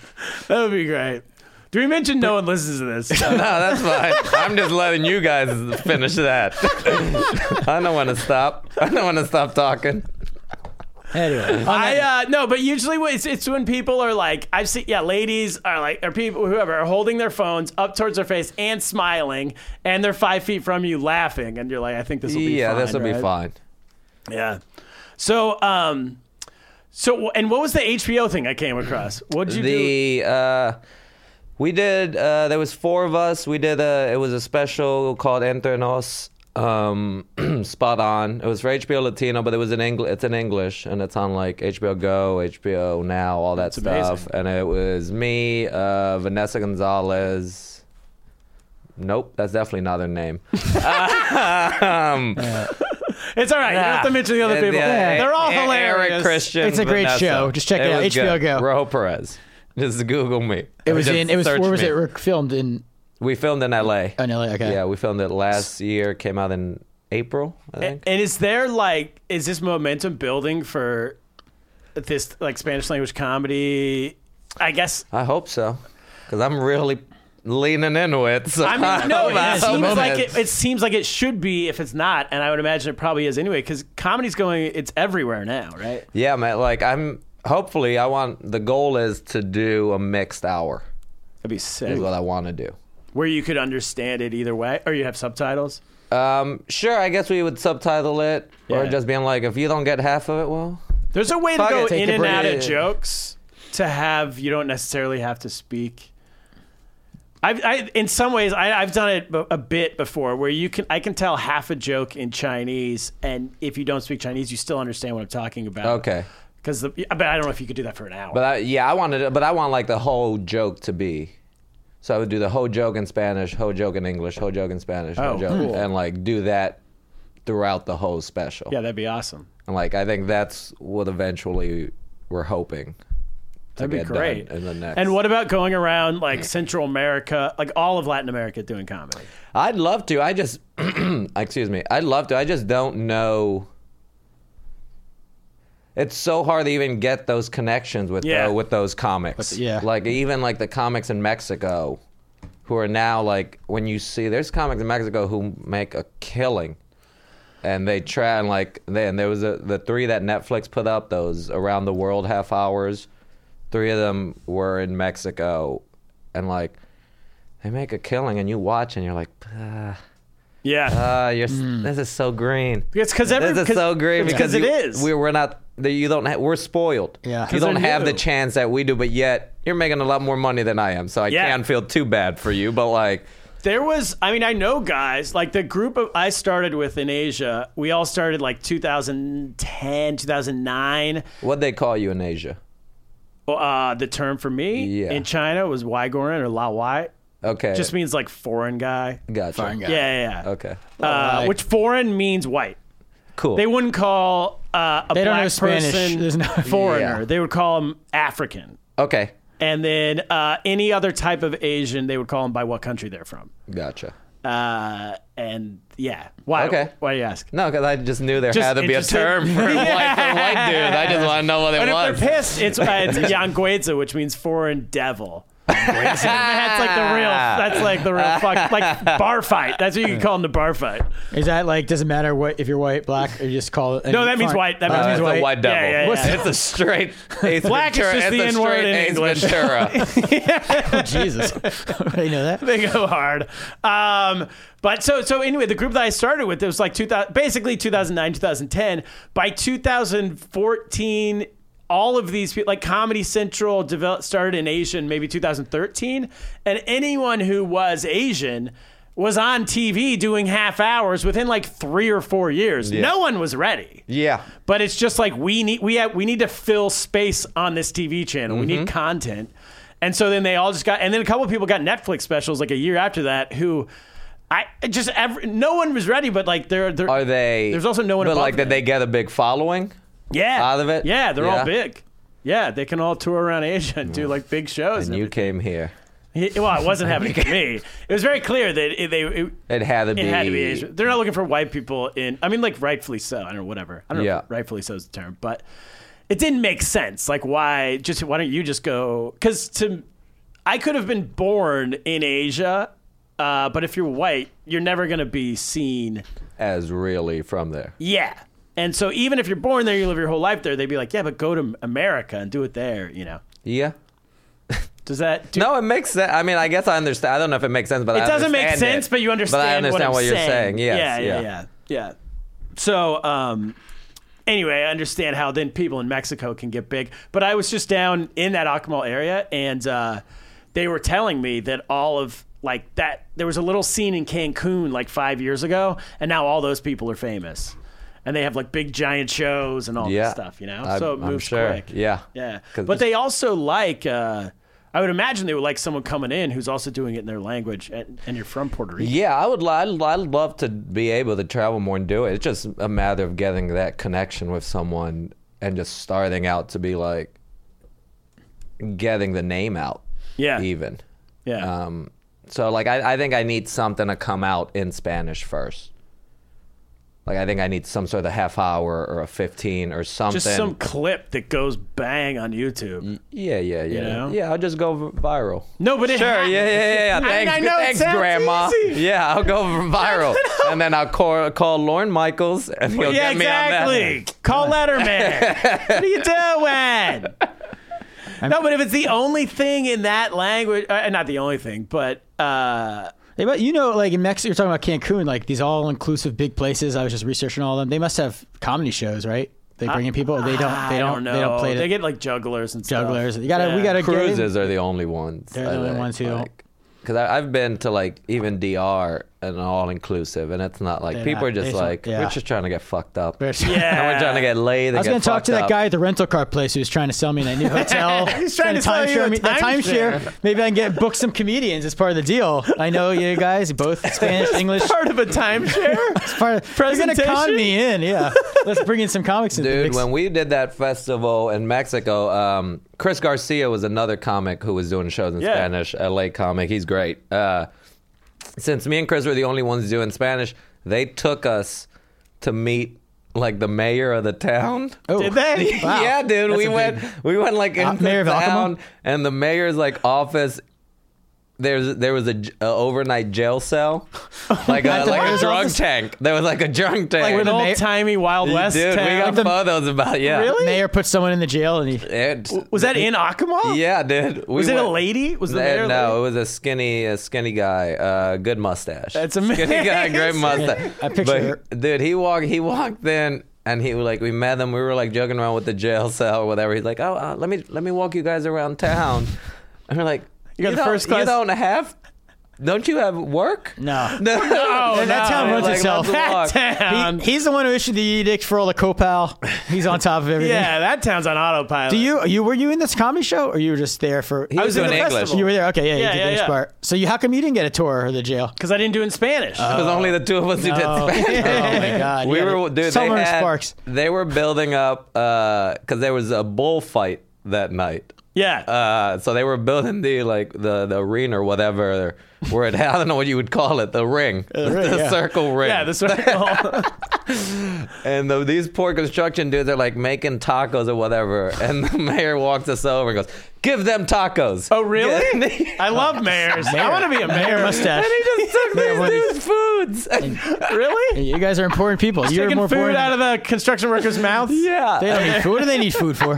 Speaker 4: that would be great. Do we mention no one listens to this?
Speaker 7: No, Oh, that's fine. I'm just letting you guys finish that. I don't want to stop. I don't want to stop talking.
Speaker 5: Anyway,
Speaker 4: I uh, no, but usually when- it's it's when people are like I've seen yeah, ladies are like or people whoever are holding their phones up towards their face and smiling, and they're five feet from you laughing, and you're like, I think this will be
Speaker 7: yeah,
Speaker 4: fine,
Speaker 7: this will be
Speaker 4: right?
Speaker 7: fine.
Speaker 4: Yeah. So, um, so and what was the HBO thing I came across? What would you do?
Speaker 7: The uh, we did. Uh, there was four of us. We did a. It was a special called Enter Nos. Um, [clears throat] spot on. It was for HBO Latino, but it was in English. It's in English, and it's on like HBO Go, HBO Now, all that stuff.
Speaker 4: amazing.
Speaker 7: And it was me, uh, Vanessa Gonzalez. Nope, that's definitely not her name.
Speaker 4: [laughs] It's all right. You don't have to mention the other
Speaker 7: Yeah,
Speaker 4: people.
Speaker 7: yeah,
Speaker 4: They're all
Speaker 7: E-
Speaker 4: hilarious.
Speaker 7: Eric Christian.
Speaker 5: It's a great
Speaker 7: Vanessa.
Speaker 5: show. Just check it out.
Speaker 7: was
Speaker 5: HBO
Speaker 7: good.
Speaker 5: Go.
Speaker 7: Raul Perez. Just Google me.
Speaker 5: it was
Speaker 7: Just
Speaker 5: in. It was.
Speaker 7: search
Speaker 5: Where was
Speaker 7: me.
Speaker 5: it re- filmed in?
Speaker 7: We filmed in LA.
Speaker 5: Oh, in LA, okay.
Speaker 7: Yeah, we filmed it last year. Came out in April, I
Speaker 4: And
Speaker 7: think.
Speaker 4: is there like is this momentum building for this like Spanish language comedy? I guess.
Speaker 7: I hope so, because I'm really leaning into it. So
Speaker 4: I
Speaker 7: [laughs]
Speaker 4: mean, no.
Speaker 7: hope- I
Speaker 4: It
Speaker 7: hope
Speaker 4: seems like
Speaker 7: it's-
Speaker 4: it, it seems like it should be. If it's not, and I would imagine it probably is anyway, because comedy's going. It's everywhere now, right?
Speaker 7: Yeah, man. Like I'm. Hopefully, I want. The goal is to do a mixed hour.
Speaker 4: That'd be sick.
Speaker 7: Is what I want to do.
Speaker 4: Where you could understand it either way, or you have subtitles.
Speaker 7: Um, sure. I guess we would subtitle it, or
Speaker 4: Yeah.
Speaker 7: just being like, if you don't get half of it, well,
Speaker 4: There's a way to
Speaker 7: Fuck
Speaker 4: go
Speaker 7: it, take
Speaker 4: in
Speaker 7: a
Speaker 4: and out of
Speaker 7: break.
Speaker 4: jokes to have you don't necessarily have to speak. I've, I, in some ways, I, I've done it b- a bit before, where you can I can tell half a joke in Chinese, and if you don't speak Chinese, you still understand what I'm talking about.
Speaker 7: okay.
Speaker 4: Because but I don't know if you could do that for an hour.
Speaker 7: But I, yeah, I wanted, to- but I want like the whole joke to be. So I would do the whole joke in Spanish, whole joke in English, whole joke in Spanish, whole
Speaker 4: Oh,
Speaker 7: joke,
Speaker 4: cool.
Speaker 7: and like do that throughout the whole special.
Speaker 4: yeah, that'd be awesome.
Speaker 7: And like I think that's what eventually we're hoping. To
Speaker 4: That'd be
Speaker 7: get done
Speaker 4: great.
Speaker 7: in the next.
Speaker 4: And what about going around like Central America, like all of Latin America, doing comedy?
Speaker 7: I'd love to. I just [clears throat] excuse me. I'd love to. I just don't know. It's so hard to even get those connections with
Speaker 4: Yeah.
Speaker 7: tho- with those comics.
Speaker 5: yeah.
Speaker 7: Like even like the comics in Mexico, who are now like when you see there's comics in Mexico who make a killing, and they try and like then there was a, the three that Netflix put up those around the world half hours. Three of them were in Mexico, and like they make a killing, and you watch, and you're like, ah,
Speaker 4: Yeah.
Speaker 7: ah, you're, s this is so green.
Speaker 4: It's 'cause every-
Speaker 7: this
Speaker 4: 'cause-
Speaker 7: is so green
Speaker 4: it's 'cause
Speaker 7: because
Speaker 4: it
Speaker 7: you-
Speaker 4: is.
Speaker 7: We, we're not. that You don't. Have, we're spoiled.
Speaker 5: Yeah. 'Cause
Speaker 7: You don't
Speaker 4: they're
Speaker 7: have the
Speaker 4: new.
Speaker 7: chance that we do, but yet you're making a lot more money than I am. So I
Speaker 4: Yeah.
Speaker 7: can't feel too bad for you. But like,
Speaker 4: There was, I mean, I know guys like the group of, I started with in Asia. We all started like 2010, 2009.
Speaker 7: what they call you in Asia?
Speaker 4: Uh, the term for me
Speaker 7: Yeah.
Speaker 4: in China was Wygoran or La Wai.
Speaker 7: Okay.
Speaker 4: Just means like foreign guy.
Speaker 7: gotcha.
Speaker 5: Fine guy.
Speaker 4: Yeah, yeah, yeah.
Speaker 7: Okay.
Speaker 4: Uh, which foreign means white.
Speaker 7: Cool.
Speaker 4: They wouldn't call uh, a
Speaker 5: They don't
Speaker 4: black
Speaker 5: know Spanish.
Speaker 4: person
Speaker 5: There's
Speaker 4: [laughs]
Speaker 5: no-
Speaker 4: foreigner.
Speaker 7: Yeah.
Speaker 4: They would call him African.
Speaker 7: okay.
Speaker 4: And then uh, any other type of Asian, they would call them by what country they're from.
Speaker 7: Gotcha.
Speaker 4: Uh, and yeah, why?
Speaker 7: Okay.
Speaker 4: Why do you ask?
Speaker 7: No, because I just knew there
Speaker 4: Just
Speaker 7: had to be a
Speaker 4: interested-
Speaker 7: term
Speaker 4: [laughs]
Speaker 7: for white, for white dude. I just want to know what it
Speaker 4: And if
Speaker 7: was.
Speaker 4: they're pissed, it's, uh, [laughs] it's Yangueza, which means foreign devil. [laughs] that's like the real. That's like the real fuck. Like bar fight. That's what you can call them the bar fight.
Speaker 5: Is that like doesn't matter what if you're white, black, or you just call it?
Speaker 4: No, that means white. That
Speaker 7: Uh,
Speaker 4: means
Speaker 7: it's
Speaker 4: white.
Speaker 7: a white
Speaker 4: Yeah,
Speaker 7: devil.
Speaker 4: yeah, yeah.
Speaker 7: It's
Speaker 4: [laughs]
Speaker 7: a straight Ace
Speaker 4: Black is
Speaker 7: Ventura.
Speaker 4: just
Speaker 7: it's
Speaker 4: the
Speaker 7: a
Speaker 4: N-word
Speaker 7: straight
Speaker 4: in
Speaker 7: Ace
Speaker 4: English. [laughs]
Speaker 7: Ventura. [laughs]
Speaker 5: Oh, [laughs] Jesus. [laughs] I know that.
Speaker 4: They go hard. Um, but so so anyway, the group that I started with it was like 2000, basically 2009, 2010. By 2014, all of these people, like Comedy Central, developed started in Asian maybe 2013, and anyone who was Asian was on TV doing half hours within like three or four years. No one was ready.
Speaker 7: yeah.
Speaker 4: But it's just like we need we have, we need to fill space on this TV channel. We
Speaker 7: Mm-hmm.
Speaker 4: need content. And so then they all just got and then a couple of people got Netflix specials like a year after that who I I just every, no one was ready but like they're, they're
Speaker 7: Are they?
Speaker 4: There's also no one
Speaker 7: But
Speaker 4: above
Speaker 7: like, did
Speaker 4: them.
Speaker 7: they get a big following?
Speaker 4: yeah
Speaker 7: out of it?
Speaker 4: Yeah, they're
Speaker 7: Yeah. Mm.
Speaker 4: all big. Yeah, they can all tour around Asia and do like big shows.
Speaker 7: And
Speaker 4: And
Speaker 7: you came here.
Speaker 4: everything. well, it
Speaker 7: [laughs]
Speaker 4: wasn't happening to me. It was very clear that it, they it,
Speaker 7: It had to be.
Speaker 4: it had to be Asian. They're not looking for white people in. I mean, like rightfully so. I don't know, whatever. I don't know.
Speaker 7: Yeah.
Speaker 4: If rightfully so is the term, but it didn't make sense. Like, why? Just why don't you just go? Because to, I could have been born in Asia, uh, but if you're white, you're never gonna be seen.
Speaker 7: as really from there.
Speaker 4: Yeah. And so even if you're born there, you live your whole life there. They'd be like, yeah, but go to America and do it there. You know?
Speaker 7: Yeah.
Speaker 4: Does that? Do,
Speaker 7: No, it makes sense. I mean, I guess I understand. I don't know if it makes sense, but I
Speaker 4: it doesn't make
Speaker 7: understand
Speaker 4: sense,
Speaker 7: it.
Speaker 4: but you understand.
Speaker 7: But I understand
Speaker 4: what,
Speaker 7: what,
Speaker 4: I'm
Speaker 7: you're
Speaker 4: saying.
Speaker 7: saying. Yes,
Speaker 4: yeah, yeah, yeah, yeah. So, um, anyway, I understand how then people in Mexico can get big. But I was just down in that Acapulco area, and uh, they were telling me that all of like that there was a little scene in Cancun like five years ago, and now all those people are famous, and they have like big giant shows and all
Speaker 7: Yeah.
Speaker 4: this stuff, you know.
Speaker 7: I'm-
Speaker 4: so it
Speaker 7: I'm
Speaker 4: moves
Speaker 7: sure.
Speaker 4: quick.
Speaker 7: Yeah.
Speaker 4: yeah.
Speaker 7: 'Cause
Speaker 4: But they also like. Uh, I would imagine they would like someone coming in who's also doing it in their language, and, and you're from Puerto Rico.
Speaker 7: Yeah, I would. li- I'd, I'd love to be able to travel more and do it. It's just a matter of getting that connection with someone and just starting out to be like getting the name out.
Speaker 4: Yeah.
Speaker 7: Even.
Speaker 4: Yeah.
Speaker 7: Um, so like I, I think I need something to come out in Spanish first. Like I think I need some sort of half hour or a fifteen or something.
Speaker 4: just some clip that goes bang on YouTube.
Speaker 7: yeah, yeah, yeah,
Speaker 4: know?
Speaker 7: yeah. I'll just go v-
Speaker 4: [laughs]
Speaker 7: viral.
Speaker 4: No, but it
Speaker 7: Sure, yeah,
Speaker 4: happened.
Speaker 7: yeah, yeah. yeah.
Speaker 4: I mean,
Speaker 7: Thanks,
Speaker 4: I know it
Speaker 7: thanks,
Speaker 4: sounds
Speaker 7: Grandma.
Speaker 4: easy.
Speaker 7: Yeah,
Speaker 4: [laughs]
Speaker 7: I'll go viral, and then I'll call, call Lauren Michaels, and he'll
Speaker 4: Yeah,
Speaker 7: get me on
Speaker 4: exactly. Call Letterman.
Speaker 7: [laughs]
Speaker 4: what are you doing? no, but if it's the only thing in that language, uh, not the only thing, but uh,
Speaker 5: They, but you know, like in Mexico, you're talking about Cancun, like these all-inclusive big places. I was just researching all of them. They must have comedy shows, right? They bring in people. They don't.
Speaker 4: I
Speaker 5: They don't.
Speaker 4: don't know.
Speaker 5: They don't play to
Speaker 4: get like jugglers and stuff.
Speaker 5: jugglers. You gotta. We
Speaker 4: Yeah.
Speaker 5: gotta
Speaker 7: that. Cruises are the only ones.
Speaker 5: They're the only ones who-
Speaker 7: Because I've been to like even DR and all inclusive, and it's not like
Speaker 5: They're
Speaker 7: people
Speaker 5: not-
Speaker 7: are just
Speaker 5: they don't-
Speaker 7: like
Speaker 5: yeah.
Speaker 7: we're just trying to get fucked up.
Speaker 5: Get in.
Speaker 4: Yeah.
Speaker 7: And [laughs] we're trying to get laid.
Speaker 5: I was
Speaker 7: going
Speaker 5: gonna talk to that guy at the rental car place who was trying to sell me
Speaker 4: [laughs]
Speaker 5: that new hotel.
Speaker 4: He's trying to sell you a
Speaker 5: me- that
Speaker 4: timeshare.
Speaker 5: timeshare. Maybe I can get book some comedians as part of the deal. I know you guys, both
Speaker 4: [laughs]
Speaker 5: Spanish, English.
Speaker 4: Part of a
Speaker 7: [laughs]
Speaker 4: timeshare.
Speaker 5: Part of, you're gonna con
Speaker 4: Presentation?
Speaker 5: me in, yeah. Let's bring in some comics in the
Speaker 7: Dude,
Speaker 5: mix.
Speaker 7: when we did that festival in Mexico, um, Chris Garcia was another comic who was doing shows in
Speaker 4: Yeah.
Speaker 7: Spanish, LA comic. He's great. Uh, since me and Chris were the only ones doing Spanish, they took us to meet like the mayor of the town.
Speaker 5: Oh.
Speaker 4: Did they?
Speaker 5: [laughs] Wow.
Speaker 7: [laughs] yeah, dude.
Speaker 5: That's
Speaker 7: we
Speaker 5: a
Speaker 7: went
Speaker 5: big-
Speaker 7: we went like
Speaker 5: Uh,
Speaker 7: into
Speaker 5: Mayor of Alcamo?
Speaker 7: town and the mayor's like office there's there was a, j- a overnight jail cell,
Speaker 5: [laughs]
Speaker 7: like a
Speaker 5: At the
Speaker 7: like a
Speaker 5: mayor's
Speaker 7: drug
Speaker 5: office?
Speaker 7: tank. There was like a drug tank.
Speaker 4: Like an
Speaker 5: the
Speaker 4: old
Speaker 5: mayor-
Speaker 4: timey Wild West
Speaker 7: Dude, we
Speaker 4: town.
Speaker 7: got photos about yeah.
Speaker 4: Really?
Speaker 5: Mayor put someone in the jail and he.
Speaker 7: It-
Speaker 4: was that in Akamal?
Speaker 7: [laughs] yeah, dude. We
Speaker 4: Was it a
Speaker 7: went-
Speaker 4: lady? Was the
Speaker 7: Eh,
Speaker 4: mayor a
Speaker 7: no,
Speaker 4: lady?
Speaker 7: it was a skinny, a skinny guy, uh, good mustache.
Speaker 4: That's amazing.
Speaker 7: Skinny guy, great mustache.
Speaker 5: I picture
Speaker 7: But,
Speaker 5: her.
Speaker 7: Dude, he walked. He walked in, and he like we met him. We were like joking around with the jail cell or whatever. He's like, oh, uh, let me let me walk you guys around town, [laughs] and we're like, you
Speaker 4: got the
Speaker 7: don't-
Speaker 4: first class-
Speaker 7: You don't have. Don't you have work?
Speaker 5: No.
Speaker 7: [laughs] No,
Speaker 4: Oh, no,
Speaker 5: that town runs
Speaker 7: Like,
Speaker 5: itself.
Speaker 7: let's walk.
Speaker 4: That town.
Speaker 5: He's the one who issued the edict for all the Copal. He's on top of
Speaker 4: [laughs]
Speaker 5: everything.
Speaker 4: yeah, that town's on autopilot.
Speaker 5: Do you you were you in this comedy show or you were just there for?
Speaker 7: He was
Speaker 4: in
Speaker 7: doing
Speaker 4: the
Speaker 7: English.
Speaker 4: festival.
Speaker 5: You were there. Okay, yeah,
Speaker 4: Yeah,
Speaker 5: you did
Speaker 4: yeah,
Speaker 5: the English
Speaker 4: yeah.
Speaker 5: part. So you, how come you didn't get a tour of the
Speaker 7: [laughs]
Speaker 5: jail?
Speaker 4: Because I didn't do it in Spanish.
Speaker 5: Uh,
Speaker 7: It was only the two of us who
Speaker 4: [laughs]
Speaker 7: did
Speaker 5: Oh.
Speaker 7: Spanish.
Speaker 5: Oh, my God.
Speaker 7: We
Speaker 5: Yeah,
Speaker 7: were
Speaker 5: the-
Speaker 7: dude. They
Speaker 5: Summer
Speaker 7: had,
Speaker 5: Sparks.
Speaker 7: They were building up because there was a bullfight that night.
Speaker 4: yeah.
Speaker 7: Uh, so they were building the like the, the arena or whatever, where it [laughs] I don't know what you would call it, the ring, [laughs] the,
Speaker 5: ring, yeah.
Speaker 7: circle ring.
Speaker 4: yeah, this
Speaker 5: [laughs] Oh.
Speaker 4: was
Speaker 7: and the, these poor construction dudes are like making tacos or whatever, and the [laughs] mayor walks us over and goes, "Give them tacos."
Speaker 4: Oh, really?
Speaker 7: [laughs] And he-
Speaker 4: I love mayors. I want to be a mayor.
Speaker 5: mustache.
Speaker 7: and he [laughs] just took
Speaker 5: Man, what
Speaker 7: these
Speaker 5: is-
Speaker 7: dudes' [laughs] foods.
Speaker 4: really?
Speaker 5: You guys are important people. You're
Speaker 4: Taking
Speaker 5: more
Speaker 4: food
Speaker 5: important.
Speaker 4: out of the construction workers'
Speaker 5: [laughs]
Speaker 4: mouths?
Speaker 7: yeah.
Speaker 5: they don't need food. What do they need food
Speaker 4: [laughs]
Speaker 5: for?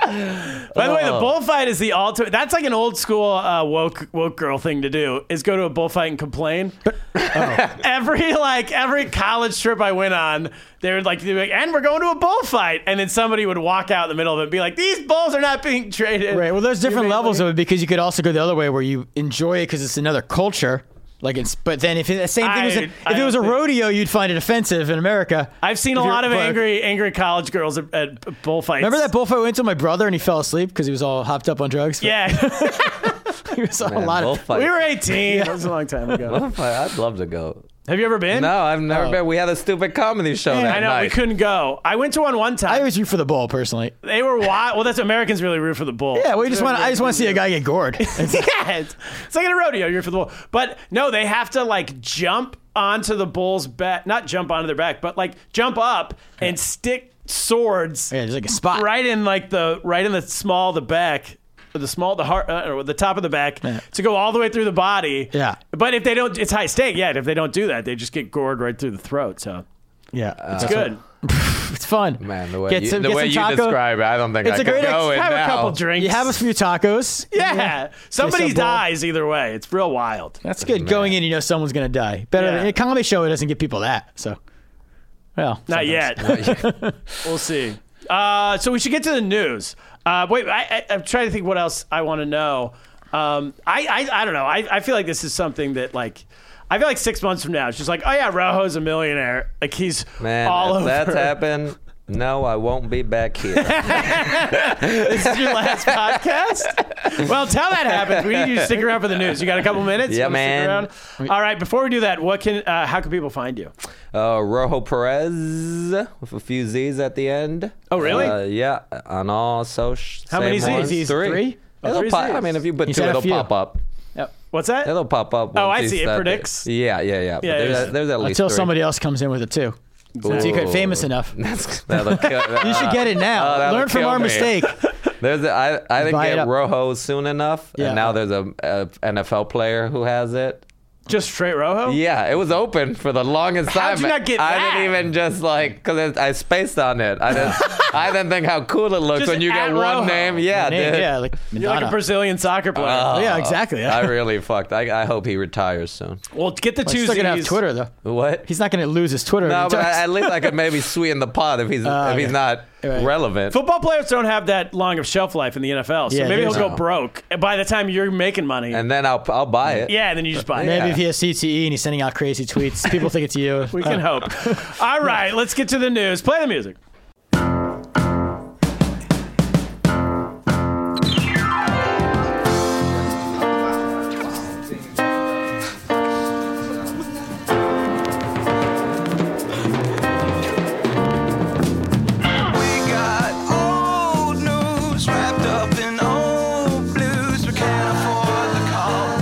Speaker 4: By the way, the
Speaker 7: Oh.
Speaker 4: bullfight is the ultimate. That's like an old school uh, woke woke girl thing to do is go to a bullfight and
Speaker 5: [laughs]
Speaker 4: complain.
Speaker 5: Oh.
Speaker 4: [laughs] every like every college trip I went on, they would like, they'd be like, and we're going to a bullfight, and then somebody would walk out in the middle of it, and be like, these bulls are not being traded.
Speaker 5: Right. Well, there's different
Speaker 4: made
Speaker 5: levels of it because you could also go the other way where you enjoy it because it's another culture. Like it's, but then if it's the same thing, was
Speaker 4: I-
Speaker 5: a, if
Speaker 4: I
Speaker 5: it was a
Speaker 4: don't think-
Speaker 5: rodeo, you'd find it offensive in America.
Speaker 4: I've seen a
Speaker 5: If you're
Speaker 4: lot of
Speaker 5: broke.
Speaker 4: angry angry college girls at, at bullfights.
Speaker 5: Remember that bullfight we went to my brother and he fell asleep because he was all hopped up on drugs.
Speaker 4: [laughs] Yeah,
Speaker 5: [laughs]
Speaker 4: [laughs]
Speaker 5: he was on a
Speaker 7: Man,
Speaker 5: lot of.
Speaker 7: bullfights.
Speaker 4: we were 18. That was a long time ago.
Speaker 7: Bullfight, I'd love to go.
Speaker 4: [laughs] Have you ever been?
Speaker 7: No, I've never been. We had a stupid comedy show that
Speaker 4: I know we
Speaker 7: night.
Speaker 4: couldn't go. I went to one one
Speaker 5: I
Speaker 4: time.
Speaker 5: always root for the bull personally.
Speaker 4: they were wild. Well, that's Americans really root for the bull.
Speaker 5: Yeah, we just want. I just want to see a guy
Speaker 4: [laughs]
Speaker 5: get gored. It's-
Speaker 4: yeah, it's, it's like in a rodeo. You're for the bull, but no, they have to like jump onto the bull's back, not jump onto their back, but like jump up and stick swords
Speaker 5: yeah, there's like a spot.
Speaker 4: right in like the right in the small of the back. or The small, the heart, uh, or the top of the back, to go all the way through the body.
Speaker 5: Yeah.
Speaker 4: but if they don't, it's high stake. Yeah, and if they don't do that, they just get gored right through the throat. So
Speaker 5: Yeah,
Speaker 4: it's good.
Speaker 5: it's fun.
Speaker 7: Uh, Man, the way
Speaker 5: Get
Speaker 7: you,
Speaker 5: some-
Speaker 7: the
Speaker 5: get
Speaker 7: way
Speaker 5: some
Speaker 7: you
Speaker 5: taco.
Speaker 7: describe it, I don't think
Speaker 5: It's
Speaker 7: I
Speaker 5: a
Speaker 7: could
Speaker 5: great
Speaker 7: go in
Speaker 5: ex-
Speaker 4: Have
Speaker 7: now.
Speaker 4: a couple drinks.
Speaker 5: You have a few tacos.
Speaker 4: yeah. Somebody
Speaker 5: Kiss a bull.
Speaker 4: dies either way. It's real wild.
Speaker 5: That's good. Going in, you know someone's gonna die. Better
Speaker 4: Yeah.
Speaker 5: than a comedy show. It doesn't give people that. So, well,
Speaker 4: Not yet. [laughs] we'll see. Uh, so we should get to the news. Uh, wait, I, I, I'm trying to think what else I want to know. Um, I, I, I don't know. I, I feel like this is something that like. I feel like six months from now, it's just like, oh yeah, Rojo's a millionaire. Like he's
Speaker 7: Man,
Speaker 4: all
Speaker 7: if
Speaker 4: over.
Speaker 7: that's happened, no, I won't be back here.
Speaker 4: this is [laughs] your last podcast. Well, tell that happens. We need you to stick around for the news. You got a couple minutes?
Speaker 7: Yeah,
Speaker 4: You wanna stick
Speaker 7: man.
Speaker 4: around? All right. Before we do that, what can uh, how can people find you?
Speaker 7: uh, Rojo Perez with a few Z's at the end.
Speaker 4: Oh, really?
Speaker 7: Uh, yeah, on all social.
Speaker 4: How many
Speaker 7: same
Speaker 4: Z's?
Speaker 7: ones.
Speaker 4: Z's?
Speaker 7: Three.
Speaker 5: Three?
Speaker 4: Oh,
Speaker 7: It'll
Speaker 4: three
Speaker 7: pop,
Speaker 4: Z's.
Speaker 7: I mean, if you put
Speaker 5: He's
Speaker 7: two,
Speaker 5: had a
Speaker 7: it'll
Speaker 5: few.
Speaker 7: pop up.
Speaker 4: What's that?
Speaker 7: It'll pop up.
Speaker 4: Oh,
Speaker 7: once
Speaker 4: I
Speaker 7: you
Speaker 4: see, it
Speaker 7: start
Speaker 4: predicts.
Speaker 7: Yeah, yeah, yeah. But
Speaker 4: Yeah,
Speaker 7: there's,
Speaker 4: yeah.
Speaker 7: At, there's at least
Speaker 5: until
Speaker 7: three.
Speaker 5: somebody else comes in with it too. Since you got famous
Speaker 7: Ooh.
Speaker 5: enough, you
Speaker 7: [laughs] That's, that'll kill, you
Speaker 5: should get it
Speaker 7: Oh,
Speaker 5: now.
Speaker 7: that'll
Speaker 5: Learn from
Speaker 7: kill
Speaker 5: our
Speaker 7: me.
Speaker 5: mistake.
Speaker 7: [laughs] There's a, I, I didn't
Speaker 5: Buy it
Speaker 7: get
Speaker 5: up.
Speaker 7: Rojo soon enough,
Speaker 5: Yeah.
Speaker 7: and now there's a, a NFL player who has it.
Speaker 4: Just straight Rojo?
Speaker 7: Yeah, it was open for the longest time.
Speaker 4: How'd you not get
Speaker 7: I
Speaker 4: that?
Speaker 7: didn't even just like because I spaced on it.
Speaker 5: [laughs]
Speaker 7: I didn't. I didn't think how cool it looks
Speaker 4: Just
Speaker 7: when you
Speaker 4: at
Speaker 7: get
Speaker 4: Rojo.
Speaker 7: one name. Yeah,
Speaker 5: Yeah,
Speaker 7: dude.
Speaker 5: yeah, like
Speaker 4: You're like
Speaker 5: Madonna.
Speaker 4: a Brazilian soccer player.
Speaker 7: Oh,
Speaker 5: yeah, exactly. [laughs]
Speaker 7: I really fucked. I, I hope he retires soon.
Speaker 4: well, get the two
Speaker 5: He's still gonna have
Speaker 4: Zs.
Speaker 5: Twitter though.
Speaker 7: What?
Speaker 5: He's not gonna lose his Twitter.
Speaker 7: no,
Speaker 5: if he
Speaker 7: but
Speaker 5: does.
Speaker 7: I, at least I
Speaker 5: [laughs]
Speaker 7: could maybe sweeten the pot if he's if
Speaker 5: okay.
Speaker 7: he's not
Speaker 5: Oh, Right.
Speaker 7: relevant.
Speaker 4: Football players don't have that long of shelf life in the NFL, so
Speaker 5: Yeah,
Speaker 4: maybe he'll
Speaker 5: there's-
Speaker 4: go
Speaker 7: No.
Speaker 4: broke by the time you're making money.
Speaker 7: And then I'll I'll buy it.
Speaker 4: yeah, and then you just buy
Speaker 5: Maybe
Speaker 4: it.
Speaker 5: if he has CTE and he's sending out crazy tweets, people think it's you.
Speaker 4: [laughs] We
Speaker 5: [laughs]
Speaker 4: can hope. All right, let's get to the news. Play the music.
Speaker 9: We got old news wrapped up in old blues. We can't afford the call.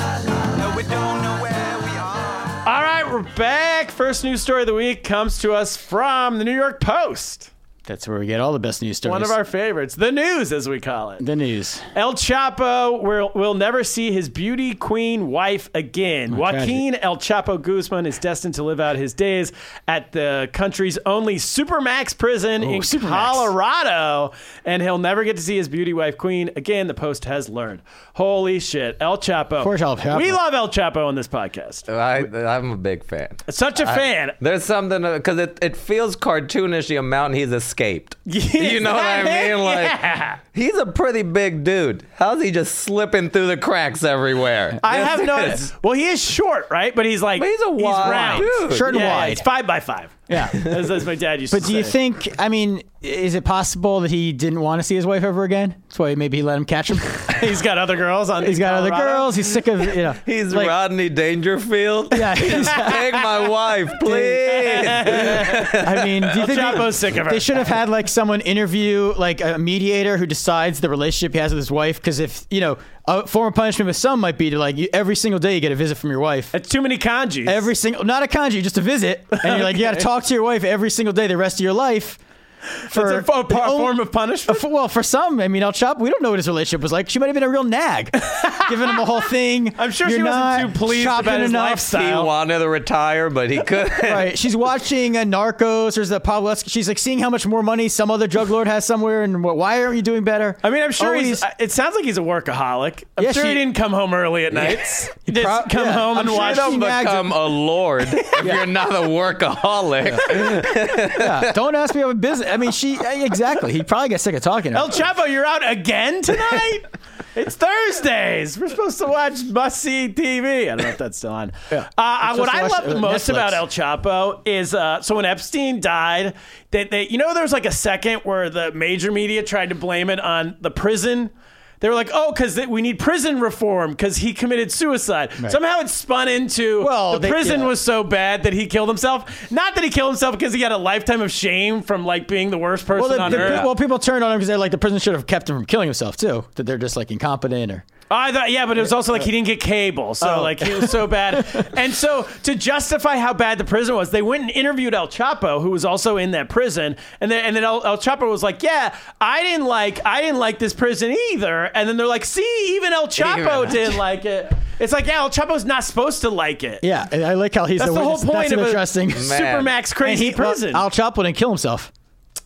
Speaker 9: No, we don't know where we are.
Speaker 4: All right, we're back. First news story of the week comes to us from the New York Post.
Speaker 5: That's where we get all the best news stories.
Speaker 4: One of our favorites, the news, as we call it. [laughs]
Speaker 5: the news.
Speaker 4: El Chapo will, will never see his beauty queen wife again. Joaquin El Chapo Guzman is destined to live out his days at the country's only supermax prison in
Speaker 5: Oh, supermax.
Speaker 4: Colorado, and he'll never get to see his beauty wife queen again. The Post has learned. Holy shit, El Chapo! Of
Speaker 5: course, El Chapo.
Speaker 4: We love El Chapo on this podcast.
Speaker 7: I, I'm a big fan.
Speaker 4: Such a fan. [laughs]
Speaker 7: There's something because it, it feels cartoonish the amount he's
Speaker 4: [laughs]
Speaker 7: escaped. you know what I mean? Like
Speaker 4: Yeah.
Speaker 7: he's a pretty big dude. How's he just slipping through the cracks everywhere?
Speaker 4: I
Speaker 7: This
Speaker 4: have
Speaker 7: is-
Speaker 4: noticed. Well, he is short, right? But he's like
Speaker 7: But he's a wide
Speaker 4: round.
Speaker 7: dude.
Speaker 5: Short and
Speaker 4: Yeah,
Speaker 5: wide.
Speaker 4: It's five by five.
Speaker 5: Yeah.
Speaker 4: As, as my dad used
Speaker 5: But
Speaker 4: to
Speaker 5: do you
Speaker 4: say.
Speaker 5: think? I mean, is it possible that he didn't want to see his wife ever again? That's why maybe he let him catch him. [laughs]
Speaker 4: he's got other girls on?
Speaker 5: He's got other
Speaker 4: Colorado?
Speaker 5: girls. He's sick of you know.
Speaker 7: [laughs] He's
Speaker 5: like-
Speaker 7: Rodney Dangerfield. [laughs]
Speaker 5: Yeah, he's-
Speaker 7: Take
Speaker 4: [laughs]
Speaker 7: my wife, please.
Speaker 5: I mean, do you think
Speaker 4: Chapo's
Speaker 5: they,
Speaker 4: sick of her.
Speaker 5: they should have had like someone interview like a mediator who decides the relationship he has with his wife? Because if you know, a form of punishment with some might be to like you, every single day you get a visit from your wife.
Speaker 4: That's Uh, too many kanjis.
Speaker 5: Every single, not a kanji, just a visit, and you're like you got to talk to your wife every single day the rest of your life. For
Speaker 4: That's a, fo-
Speaker 5: the
Speaker 4: par-
Speaker 5: only-
Speaker 4: form of
Speaker 5: [laughs]
Speaker 4: punishment.
Speaker 5: For- well, for some, I mean, El Chapo, we don't know what his relationship was like. She might have been a real nag, giving him a whole thing.
Speaker 4: [laughs] I'm sure
Speaker 5: You're
Speaker 4: she wasn't
Speaker 5: not
Speaker 4: too pleased
Speaker 5: shopping
Speaker 4: about his
Speaker 5: enough.
Speaker 7: he
Speaker 4: lifestyle.
Speaker 7: wanted to retire, but
Speaker 4: [laughs]
Speaker 7: he couldn't. [laughs]
Speaker 5: Right. She's watching uh, Narcos or is that Pablo Esco- She's like seeing how much more money some other drug lord has somewhere and wh- why aren't you doing better?
Speaker 4: I mean, I'm sure
Speaker 5: Always-
Speaker 4: he's. uh, It sounds like he's a workaholic. I'm
Speaker 5: Yeah,
Speaker 4: sure he
Speaker 5: she-
Speaker 4: didn't come home early at night.
Speaker 5: [laughs]
Speaker 4: He just
Speaker 5: prob-
Speaker 4: come
Speaker 5: yeah.
Speaker 4: home
Speaker 5: I'm
Speaker 4: and
Speaker 5: sure
Speaker 4: watch.
Speaker 5: he don't-
Speaker 7: Don't
Speaker 5: nags
Speaker 7: become a
Speaker 4: [laughs]
Speaker 7: lord if you're not a workaholic.
Speaker 5: yeah, don't ask me about business. I mean, she, uh, exactly. He probably got sick of talking to
Speaker 4: [laughs]
Speaker 5: her.
Speaker 4: El Chapo, you're out again
Speaker 5: [laughs]
Speaker 4: tonight. it's Thursdays. We're supposed to watch must see TV. I don't know if that's still
Speaker 5: [laughs]
Speaker 4: on. Uh, uh,
Speaker 5: It's
Speaker 4: what
Speaker 5: just
Speaker 4: I
Speaker 5: watch-
Speaker 4: love the
Speaker 5: uh,
Speaker 4: most
Speaker 5: Netflix.
Speaker 4: about El Chapo is uh, so when Epstein died, that they, you know there was like a second where the major media tried to blame it on the prison. They were like, "Oh, because we need prison reform because he committed suicide." Somehow it spun into
Speaker 5: Well,
Speaker 4: the
Speaker 5: they-
Speaker 4: prison
Speaker 5: yeah.
Speaker 4: was so bad that he killed himself. Not that he killed himself because he had a lifetime of shame from like being the worst person
Speaker 5: Well, the,
Speaker 4: on
Speaker 5: the,
Speaker 4: earth.
Speaker 5: well, people turned on him because they're like, the prison should have kept him from killing himself, too. That they're just like incompetent or.
Speaker 4: I thought, yeah, but it was also like he didn't get cable, so
Speaker 5: Oh.
Speaker 4: like he was so
Speaker 5: [laughs]
Speaker 4: bad. and so to justify how bad the prison was, they went and interviewed El Chapo, who was also in that prison, and then and then El, El Chapo was like, "Yeah, I didn't like I didn't like this prison either." And then they're like, "See, even El Chapo
Speaker 7: Even-
Speaker 4: didn't like it." It's like, yeah, El Chapo's not supposed to like it.
Speaker 5: Yeah, and I like how he's
Speaker 4: That's the, whole
Speaker 5: witness.
Speaker 4: point
Speaker 5: That's an
Speaker 4: of [laughs]
Speaker 5: interesting.
Speaker 4: a supermax
Speaker 5: And
Speaker 4: crazy
Speaker 5: he, well,
Speaker 4: prison.
Speaker 5: Al Chapo didn't kill himself.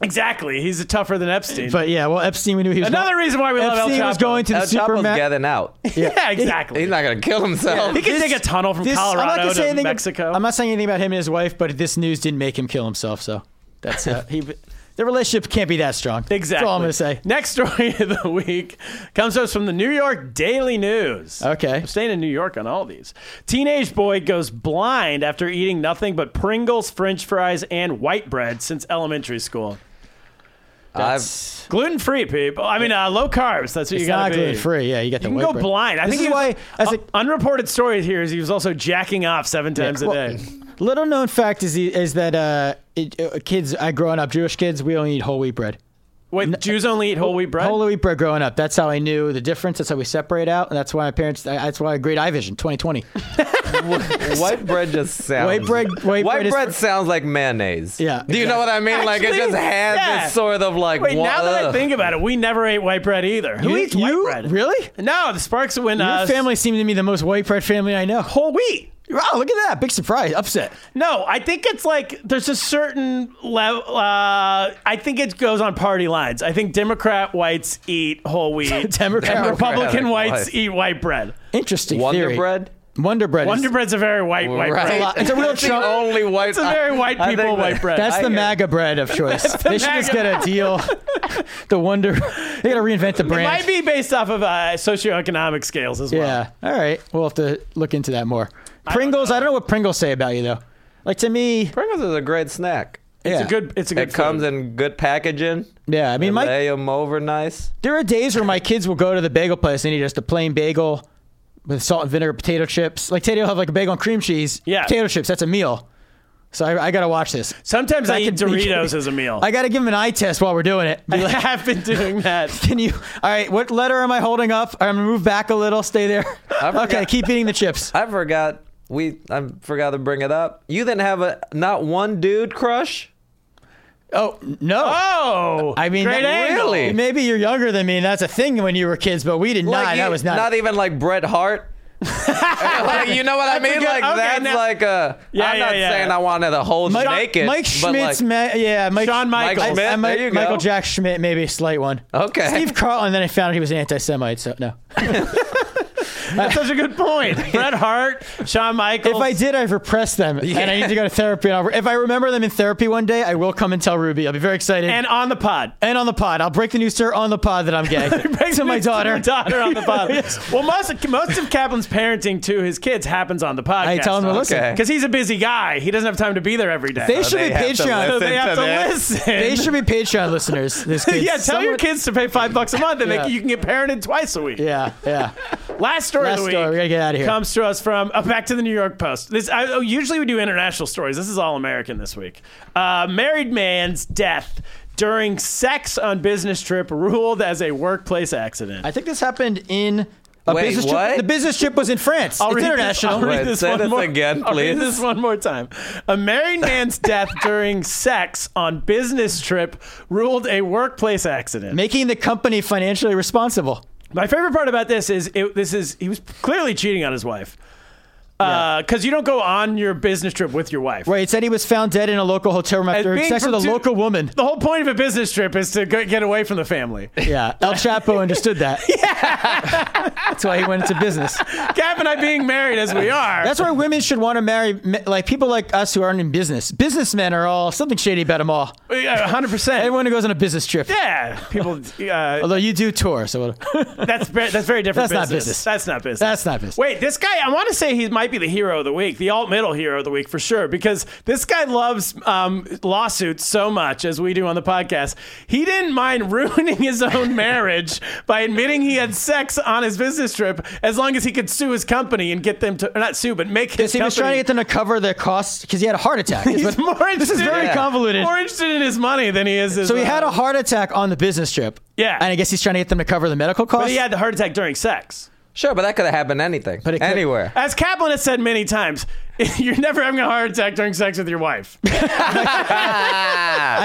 Speaker 4: exactly, he's tougher than Epstein.
Speaker 5: But yeah, well, Epstein, we knew he was.
Speaker 4: Another
Speaker 5: not-
Speaker 4: reason why we love El
Speaker 5: Epstein was
Speaker 4: Chapo.
Speaker 5: going to the
Speaker 7: El Chapo's
Speaker 5: supermax.
Speaker 7: getting out.
Speaker 4: [laughs] yeah, exactly.
Speaker 7: He's not gonna kill himself.
Speaker 4: he could
Speaker 5: This-
Speaker 4: dig a tunnel from
Speaker 5: this- I'm not
Speaker 4: Colorado
Speaker 5: gonna say
Speaker 4: to
Speaker 5: anything-
Speaker 4: Mexico.
Speaker 5: I'm not saying anything about him and his wife, but this news didn't make him kill himself. So that's uh, he. Their relationship can't be that strong.
Speaker 4: Exactly.
Speaker 5: That's all I'm gonna say.
Speaker 4: Next story of the week comes to us from the New York Daily News.
Speaker 5: Okay.
Speaker 4: I'm staying in New York on all these. Teenage boy goes blind after eating nothing but Pringles, French fries, and white bread since elementary school.
Speaker 7: I've,
Speaker 4: Gluten free, people. I mean, uh, low carbs. That's what you
Speaker 5: It's
Speaker 4: got
Speaker 5: not
Speaker 4: to be.
Speaker 5: gluten free. Yeah, you got
Speaker 4: You
Speaker 5: the
Speaker 4: can
Speaker 5: white
Speaker 4: go
Speaker 5: bread.
Speaker 4: blind. I
Speaker 5: This
Speaker 4: think
Speaker 5: is
Speaker 4: he was-
Speaker 5: why as
Speaker 4: uh,
Speaker 5: a
Speaker 4: unreported story here is he was also jacking off seven times
Speaker 5: well,
Speaker 4: a day.
Speaker 5: little known fact is the, is that uh, it, uh, kids, I growing up, Jewish kids, we only eat whole wheat bread.
Speaker 4: Wait, Jews only eat whole wheat bread.
Speaker 5: Whole wheat bread growing up. That's how I knew the difference. That's how we separate out. And that's why my parents. I- That's why great eye
Speaker 4: [laughs]
Speaker 5: vision. 2020.
Speaker 7: white bread just sounds.
Speaker 5: White bread- white bread is-
Speaker 7: sounds like mayonnaise.
Speaker 5: Yeah,
Speaker 7: Do you know what I mean? like it
Speaker 4: Actually,
Speaker 7: just has
Speaker 4: yeah.
Speaker 7: this sort of like.
Speaker 4: Wait,
Speaker 7: wa-
Speaker 4: now that I
Speaker 7: ugh.
Speaker 4: think about it, we never ate white bread either. Who
Speaker 5: You-
Speaker 4: eats white
Speaker 5: you?
Speaker 4: bread?
Speaker 5: Really?
Speaker 4: No, the Sparks when
Speaker 5: Your
Speaker 4: uh,
Speaker 5: family seemed to me the most white bread family I know.
Speaker 4: whole wheat.
Speaker 5: Wow, look at that! Big surprise, upset.
Speaker 4: No, I think it's like there's a certain level. Uh, I think it goes on party lines. I think Democrat whites eat whole
Speaker 7: [laughs]
Speaker 4: wheat,
Speaker 5: Democrat
Speaker 4: and Republican
Speaker 7: white.
Speaker 4: whites eat white bread.
Speaker 5: Interesting
Speaker 7: Wonder
Speaker 5: theory.
Speaker 7: bread.
Speaker 5: Wonder bread.
Speaker 4: Wonder
Speaker 5: is,
Speaker 4: bread's a very white white
Speaker 7: Right.
Speaker 4: bread.
Speaker 5: lot- it's
Speaker 4: [laughs]
Speaker 5: a real
Speaker 7: That's the
Speaker 5: Trump-
Speaker 7: only white.
Speaker 4: It's a very white
Speaker 7: I
Speaker 4: people
Speaker 7: think that-
Speaker 4: white bread.
Speaker 7: [laughs]
Speaker 5: That's the
Speaker 7: I-
Speaker 5: MAGA bread
Speaker 7: [laughs]
Speaker 5: of choice. they should just get a deal. the Wonder. They got to reinvent the
Speaker 4: it
Speaker 5: brand.
Speaker 4: might be based off of uh, socioeconomic scales as well.
Speaker 5: Yeah. All right. We'll have to look into that more. Pringles. I don't know what Pringles say about you though. Like to me,
Speaker 7: Pringles is a great snack.
Speaker 5: yeah.
Speaker 4: It's a good. It's a good.
Speaker 7: It comes
Speaker 4: food.
Speaker 7: in good packaging.
Speaker 5: Yeah. I mean, my
Speaker 7: lay them over nice.
Speaker 5: there are days where my kids will go to the bagel place and eat just a plain bagel with salt and vinegar, potato chips. Like Teddy will have like a bagel and cream cheese.
Speaker 4: Yeah.
Speaker 5: Potato chips. That's a meal. So I, I gotta watch this.
Speaker 4: Sometimes I,
Speaker 5: I
Speaker 4: eat
Speaker 5: can-
Speaker 4: Doritos as a meal.
Speaker 5: I gotta give him an eye test while we're doing it.
Speaker 4: I
Speaker 5: [laughs] Be
Speaker 4: [laughs]
Speaker 5: like,
Speaker 4: have been doing that.
Speaker 5: Can you? All right. What letter am I holding up? All right, I'm gonna move back a little. Stay there.
Speaker 7: forgot-
Speaker 5: Okay. Keep eating the chips.
Speaker 7: I forgot. We I forgot to bring it up. You didn't have a not one dude crush.
Speaker 5: Oh no!
Speaker 4: Oh,
Speaker 5: I mean,
Speaker 4: great
Speaker 5: that-
Speaker 4: angle.
Speaker 7: Really?
Speaker 5: Maybe you're younger than me, and that's a thing when you were kids. But we did
Speaker 7: Like
Speaker 5: not.
Speaker 7: you-
Speaker 5: that was not.
Speaker 7: even like Bret
Speaker 5: [laughs]
Speaker 7: Hart. like, you know what I mean?
Speaker 4: good-
Speaker 7: Like
Speaker 4: okay,
Speaker 7: that's
Speaker 4: now-
Speaker 7: like a.
Speaker 4: Yeah,
Speaker 7: am not
Speaker 4: yeah, yeah.
Speaker 7: saying I wanted to hold
Speaker 5: Mike,
Speaker 7: naked.
Speaker 5: Mike
Speaker 7: but
Speaker 5: Schmidt's,
Speaker 7: like,
Speaker 5: ma- yeah, Mike,
Speaker 4: Shawn
Speaker 7: Mike
Speaker 4: Michaels.
Speaker 7: Schmidt.
Speaker 5: I- Mike-
Speaker 7: there you go.
Speaker 5: Michael Jack Schmidt, maybe a slight one.
Speaker 7: Okay.
Speaker 5: Steve Carlin. Then I found out he was an anti-Semite. So
Speaker 7: [laughs]
Speaker 5: no.
Speaker 4: That's such a good
Speaker 5: [laughs]
Speaker 4: point. Bret Hart, Shawn Michaels.
Speaker 5: If I did, I've repressed them, and I need to go to therapy. And I'll, if I remember them in therapy one day, I will come and tell Ruby. I'll be very excited.
Speaker 4: and on the pod.
Speaker 5: And on the pod, I'll break the news to her on the pod that I'm gay [laughs] to my
Speaker 4: It's
Speaker 5: daughter.
Speaker 4: your daughter on the pod.
Speaker 5: [laughs] Yes.
Speaker 4: Well, most of, most of Kaplan's parenting to his kids happens on the podcast.
Speaker 5: I tell him to listen.
Speaker 7: Okay.
Speaker 4: because he's a busy guy. He doesn't have time to be there every day.
Speaker 5: They should
Speaker 7: they
Speaker 5: be
Speaker 7: have to
Speaker 5: Patreon.
Speaker 4: so Oh, they have to
Speaker 7: this.
Speaker 4: listen.
Speaker 5: They should be Patreon listeners. This kid.
Speaker 4: [laughs] yeah, tell your kids to pay five bucks a month, and
Speaker 5: Yeah.
Speaker 4: they, you can get parented twice a week.
Speaker 5: Yeah, yeah.
Speaker 4: Last story of
Speaker 5: Last
Speaker 4: the week.
Speaker 5: story. We gotta get outta here.
Speaker 4: Comes to us from uh, back to the New York Post. This I, oh, usually we do international stories. This is all American this week. Uh, married man's death during sex on business trip ruled as a workplace accident.
Speaker 5: I think this happened in a
Speaker 7: Wait,
Speaker 5: business
Speaker 7: what?
Speaker 5: trip. The business trip was in France.
Speaker 4: I'll
Speaker 5: it's
Speaker 4: read this-
Speaker 5: international.
Speaker 4: I'll read
Speaker 7: Wait,
Speaker 4: this
Speaker 7: say
Speaker 4: one
Speaker 7: this
Speaker 4: more-
Speaker 7: again,
Speaker 4: I'll read
Speaker 7: please.
Speaker 4: this one more time. A married
Speaker 7: [laughs]
Speaker 4: man's death during sex on business trip ruled a workplace accident.
Speaker 5: Making the company financially responsible.
Speaker 4: My favorite part about this is it, this is he was clearly cheating on his wife. Because you don't go on your business trip with your wife.
Speaker 5: Right. It said he was found dead in a local hotel room after
Speaker 4: being
Speaker 5: sex with
Speaker 4: from
Speaker 5: a
Speaker 4: two-
Speaker 5: local woman.
Speaker 4: The whole point of a business trip is to go- get away from the
Speaker 5: [laughs]
Speaker 4: family.
Speaker 5: Yeah. El Chapo understood that. That's why he went into business.
Speaker 4: Cap and I being married as we are.
Speaker 5: That's why women should want to marry me- like people like us who aren't in business. Businessmen are all something shady about them all.
Speaker 4: Yeah, 100%.
Speaker 5: Everyone who goes on a business trip.
Speaker 4: yeah, people. Uh,
Speaker 5: Although you do tour, so [laughs]
Speaker 4: that's very, that's very different.
Speaker 5: That's not
Speaker 4: business.
Speaker 5: business.
Speaker 4: That's not business.
Speaker 5: That's not business.
Speaker 4: Wait, this guy. I want to say he might be the hero of the week, the alt middle hero of the week for sure, because this guy loves um, lawsuits so much as we do on the podcast. He didn't mind [laughs] ruining his
Speaker 5: [laughs]
Speaker 4: own marriage by admitting he had sex on his business trip, as long as he could sue his company and get them to or not sue, but make his.
Speaker 5: because he was trying
Speaker 4: company-
Speaker 5: to get them to cover their costs because he had a heart attack. is
Speaker 4: He's
Speaker 5: what-
Speaker 4: more interested,
Speaker 5: this is very
Speaker 4: Yeah.
Speaker 5: convoluted.
Speaker 4: More interested in his money than he is. His,
Speaker 5: So he had
Speaker 4: uh,
Speaker 5: a heart attack on the business trip.
Speaker 4: Yeah.
Speaker 5: And I guess he's trying to get them to cover the medical costs.
Speaker 4: But he had the heart attack during sex.
Speaker 7: Sure, but that could have happened anything,
Speaker 5: But it could-
Speaker 7: anywhere.
Speaker 4: As Kaplan has said many times, [laughs] you're never having a heart attack during sex with your
Speaker 5: [laughs]
Speaker 4: wife.
Speaker 5: I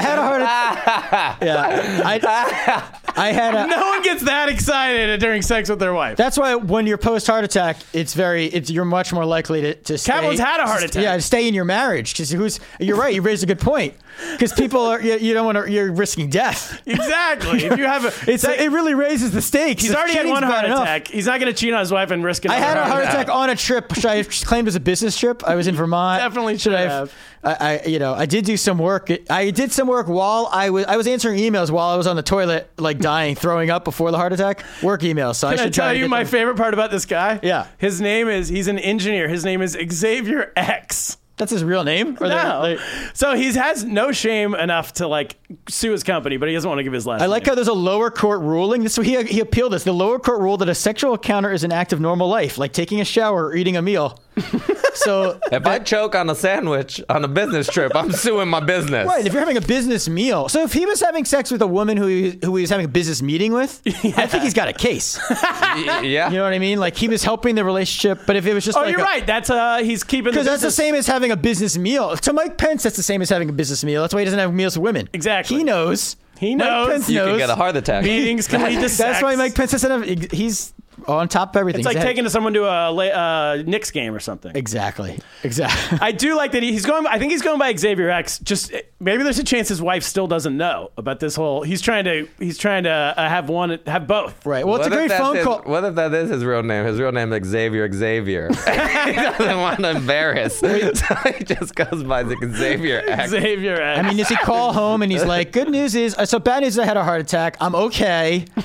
Speaker 5: had
Speaker 4: [laughs]
Speaker 5: a heart [laughs] attack. yeah. I, I had a.
Speaker 4: No one gets that excited during sex with their wife.
Speaker 5: That's why when you're post heart attack, it's very it's you're much more likely to to stay.
Speaker 4: Kaplan's had a heart attack.
Speaker 5: Yeah, to stay in your marriage because who's you're right. You raised a good point because people are you, you don't want to you're risking death.
Speaker 4: exactly. If you have a,
Speaker 5: [laughs] It's it really raises the stakes.
Speaker 4: he's
Speaker 5: If
Speaker 4: already had
Speaker 5: cheating's
Speaker 4: one
Speaker 5: bad
Speaker 4: heart
Speaker 5: enough-
Speaker 4: attack. He's not going to cheat on his wife and risk another
Speaker 5: I had a heart
Speaker 4: heart
Speaker 5: attack on a trip, which I claimed was a business trip. I was in Vermont.
Speaker 4: Definitely should have.
Speaker 5: I, I, you know, I did do some work. I did some work while I was I was answering emails while I was on the toilet, like dying, throwing up before the heart attack. Work emails. So I
Speaker 4: Can I
Speaker 5: should try
Speaker 4: tell
Speaker 5: to
Speaker 4: you
Speaker 5: get
Speaker 4: my
Speaker 5: them.
Speaker 4: favorite part about this guy?
Speaker 5: Yeah.
Speaker 4: His name is, he's an engineer. His name is Xavier X.
Speaker 5: That's his real name. Or they-
Speaker 4: No.
Speaker 5: they-
Speaker 4: so he has no shame enough to like sue his company, but he doesn't want to give his last
Speaker 5: I like
Speaker 4: name.
Speaker 5: how there's a lower court ruling. This so he he appealed this. The lower court ruled that a sexual encounter is an act of normal life, like taking a shower or eating
Speaker 4: [laughs]
Speaker 5: a meal. so
Speaker 7: If I choke on a sandwich on a business trip, I'm suing my business.
Speaker 5: Right, if you're having a business meal. So if he was having sex with a woman who he, who he was having a business
Speaker 4: [laughs]
Speaker 5: meeting with, I think he's got a case.
Speaker 7: Y- yeah.
Speaker 5: You know what I mean? Like he was helping the relationship, but if it was just
Speaker 4: Oh,
Speaker 5: like
Speaker 4: you're
Speaker 5: a-
Speaker 4: right. That's uh, he's keeping
Speaker 5: Because that's the
Speaker 4: business-
Speaker 5: same as having a business meal. To Mike Pence, that's the same as having a business meal. That's why he doesn't have meals with women.
Speaker 4: Exactly.
Speaker 5: He knows.
Speaker 4: He
Speaker 5: Mike
Speaker 4: knows.
Speaker 5: Pence [laughs]
Speaker 7: you can
Speaker 5: knows.
Speaker 7: get a heart attack.
Speaker 4: meetings can lead to sex.
Speaker 5: That's why Mike Pence doesn't have. He's on top of everything.
Speaker 4: It's like
Speaker 5: He's ahead.
Speaker 4: taking someone to a la- uh, Knicks game or something.
Speaker 5: Exactly.
Speaker 7: [laughs]
Speaker 5: Exactly.
Speaker 4: I do like that he, he's going. I think he's going by Xavier X. Just eh, maybe there's a chance his wife still doesn't know about this whole. He's trying to. He's trying to uh, have one. Have both.
Speaker 5: right. Well, it's
Speaker 7: What
Speaker 5: a
Speaker 7: if
Speaker 5: great
Speaker 7: that's
Speaker 5: phone
Speaker 7: his-
Speaker 5: call.
Speaker 7: What if that is his real name? His real name is Xavier Xavier. [laughs] he doesn't want to embarrass. [laughs] so he just goes by the Xavier
Speaker 4: [laughs]
Speaker 7: X.
Speaker 4: Xavier X.
Speaker 5: I mean, does he call home and he's
Speaker 7: [laughs]
Speaker 5: like, "Good news is, uh, so bad news is I had a heart attack. I'm okay."
Speaker 7: [laughs]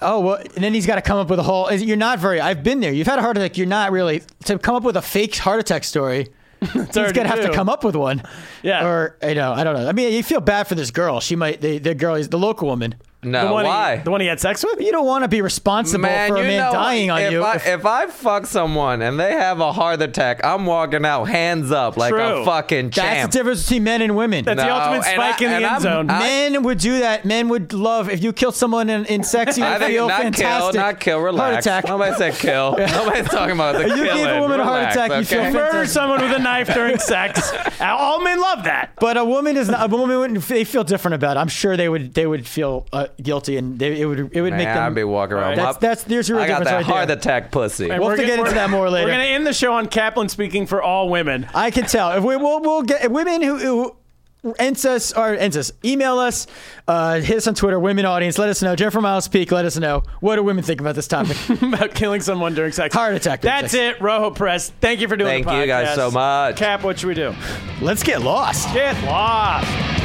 Speaker 5: oh well, and then he's got to come up with a whole. You're not very. I've been there. You've had a heart attack. You're not really to come up with a fake heart attack story.
Speaker 4: hard
Speaker 5: he's
Speaker 4: to
Speaker 5: gonna have
Speaker 4: do.
Speaker 5: to come up with one.
Speaker 4: Yeah.
Speaker 5: Or you know, I don't know. I mean, you feel bad for this girl. She might the the girl is the local woman.
Speaker 7: No,
Speaker 4: the one
Speaker 7: why?
Speaker 4: He, the one he had sex with?
Speaker 5: You don't want to be responsible
Speaker 7: Man,
Speaker 5: for a
Speaker 7: you
Speaker 5: man
Speaker 7: know,
Speaker 5: dying on
Speaker 7: if
Speaker 5: you.
Speaker 7: I,
Speaker 5: if-
Speaker 7: if I fuck someone and they have a heart attack, I'm walking out hands up like
Speaker 4: True.
Speaker 7: a fucking
Speaker 5: that's
Speaker 7: champ.
Speaker 5: the difference between men and women.
Speaker 4: That's the
Speaker 7: No,
Speaker 4: ultimate
Speaker 7: and
Speaker 4: spike
Speaker 7: I-
Speaker 4: in the
Speaker 7: and
Speaker 4: end
Speaker 7: I'm-
Speaker 4: zone.
Speaker 7: I-
Speaker 5: Men would do that. Men would love if you killed someone in, in sex. You
Speaker 7: [laughs] I
Speaker 5: would
Speaker 7: think
Speaker 5: feel
Speaker 7: not
Speaker 5: fantastic.
Speaker 7: kill, not kill, relax.
Speaker 5: Heart attack.
Speaker 7: Nobody
Speaker 5: [laughs]
Speaker 7: said kill. Nobody's talking about the
Speaker 5: You
Speaker 7: killing.
Speaker 5: gave a woman a heart
Speaker 7: Relax,
Speaker 5: attack, you feel
Speaker 7: okay?
Speaker 5: fantastic.
Speaker 4: Murder someone with a knife during sex.
Speaker 7: [laughs]
Speaker 4: All men love that.
Speaker 5: But a woman is not. A woman wouldn't. They feel different about. it. I'm sure they would. They would feel uh, guilty, and they, it would. It would make
Speaker 7: Man,
Speaker 5: them.
Speaker 7: I'd be walking around.
Speaker 5: That's-
Speaker 7: Wop.
Speaker 5: that's- there's your
Speaker 7: I got
Speaker 5: difference
Speaker 7: that
Speaker 5: right there.
Speaker 7: heart attack pussy.
Speaker 5: We'll have to
Speaker 4: We're
Speaker 5: get
Speaker 4: gonna-
Speaker 5: into that more later.
Speaker 4: We're going to end the show on Kaplan speaking for all women. [laughs]
Speaker 5: I can tell. If we we'll, we'll get women who. who Ents us or ents us. Email us, uh, hit us on Twitter, women audience. Let us know. Jennifer Miles Peak, let us know. What do women think about this topic? [laughs]
Speaker 4: about killing someone during sex.
Speaker 5: Heart attack during
Speaker 4: That's
Speaker 5: sex.
Speaker 4: it. Rojo Press. Thank you for doing
Speaker 7: Thank
Speaker 4: the podcast.
Speaker 7: you guys so much.
Speaker 4: Cap, what should we do?
Speaker 5: Let's get lost.
Speaker 4: Get lost.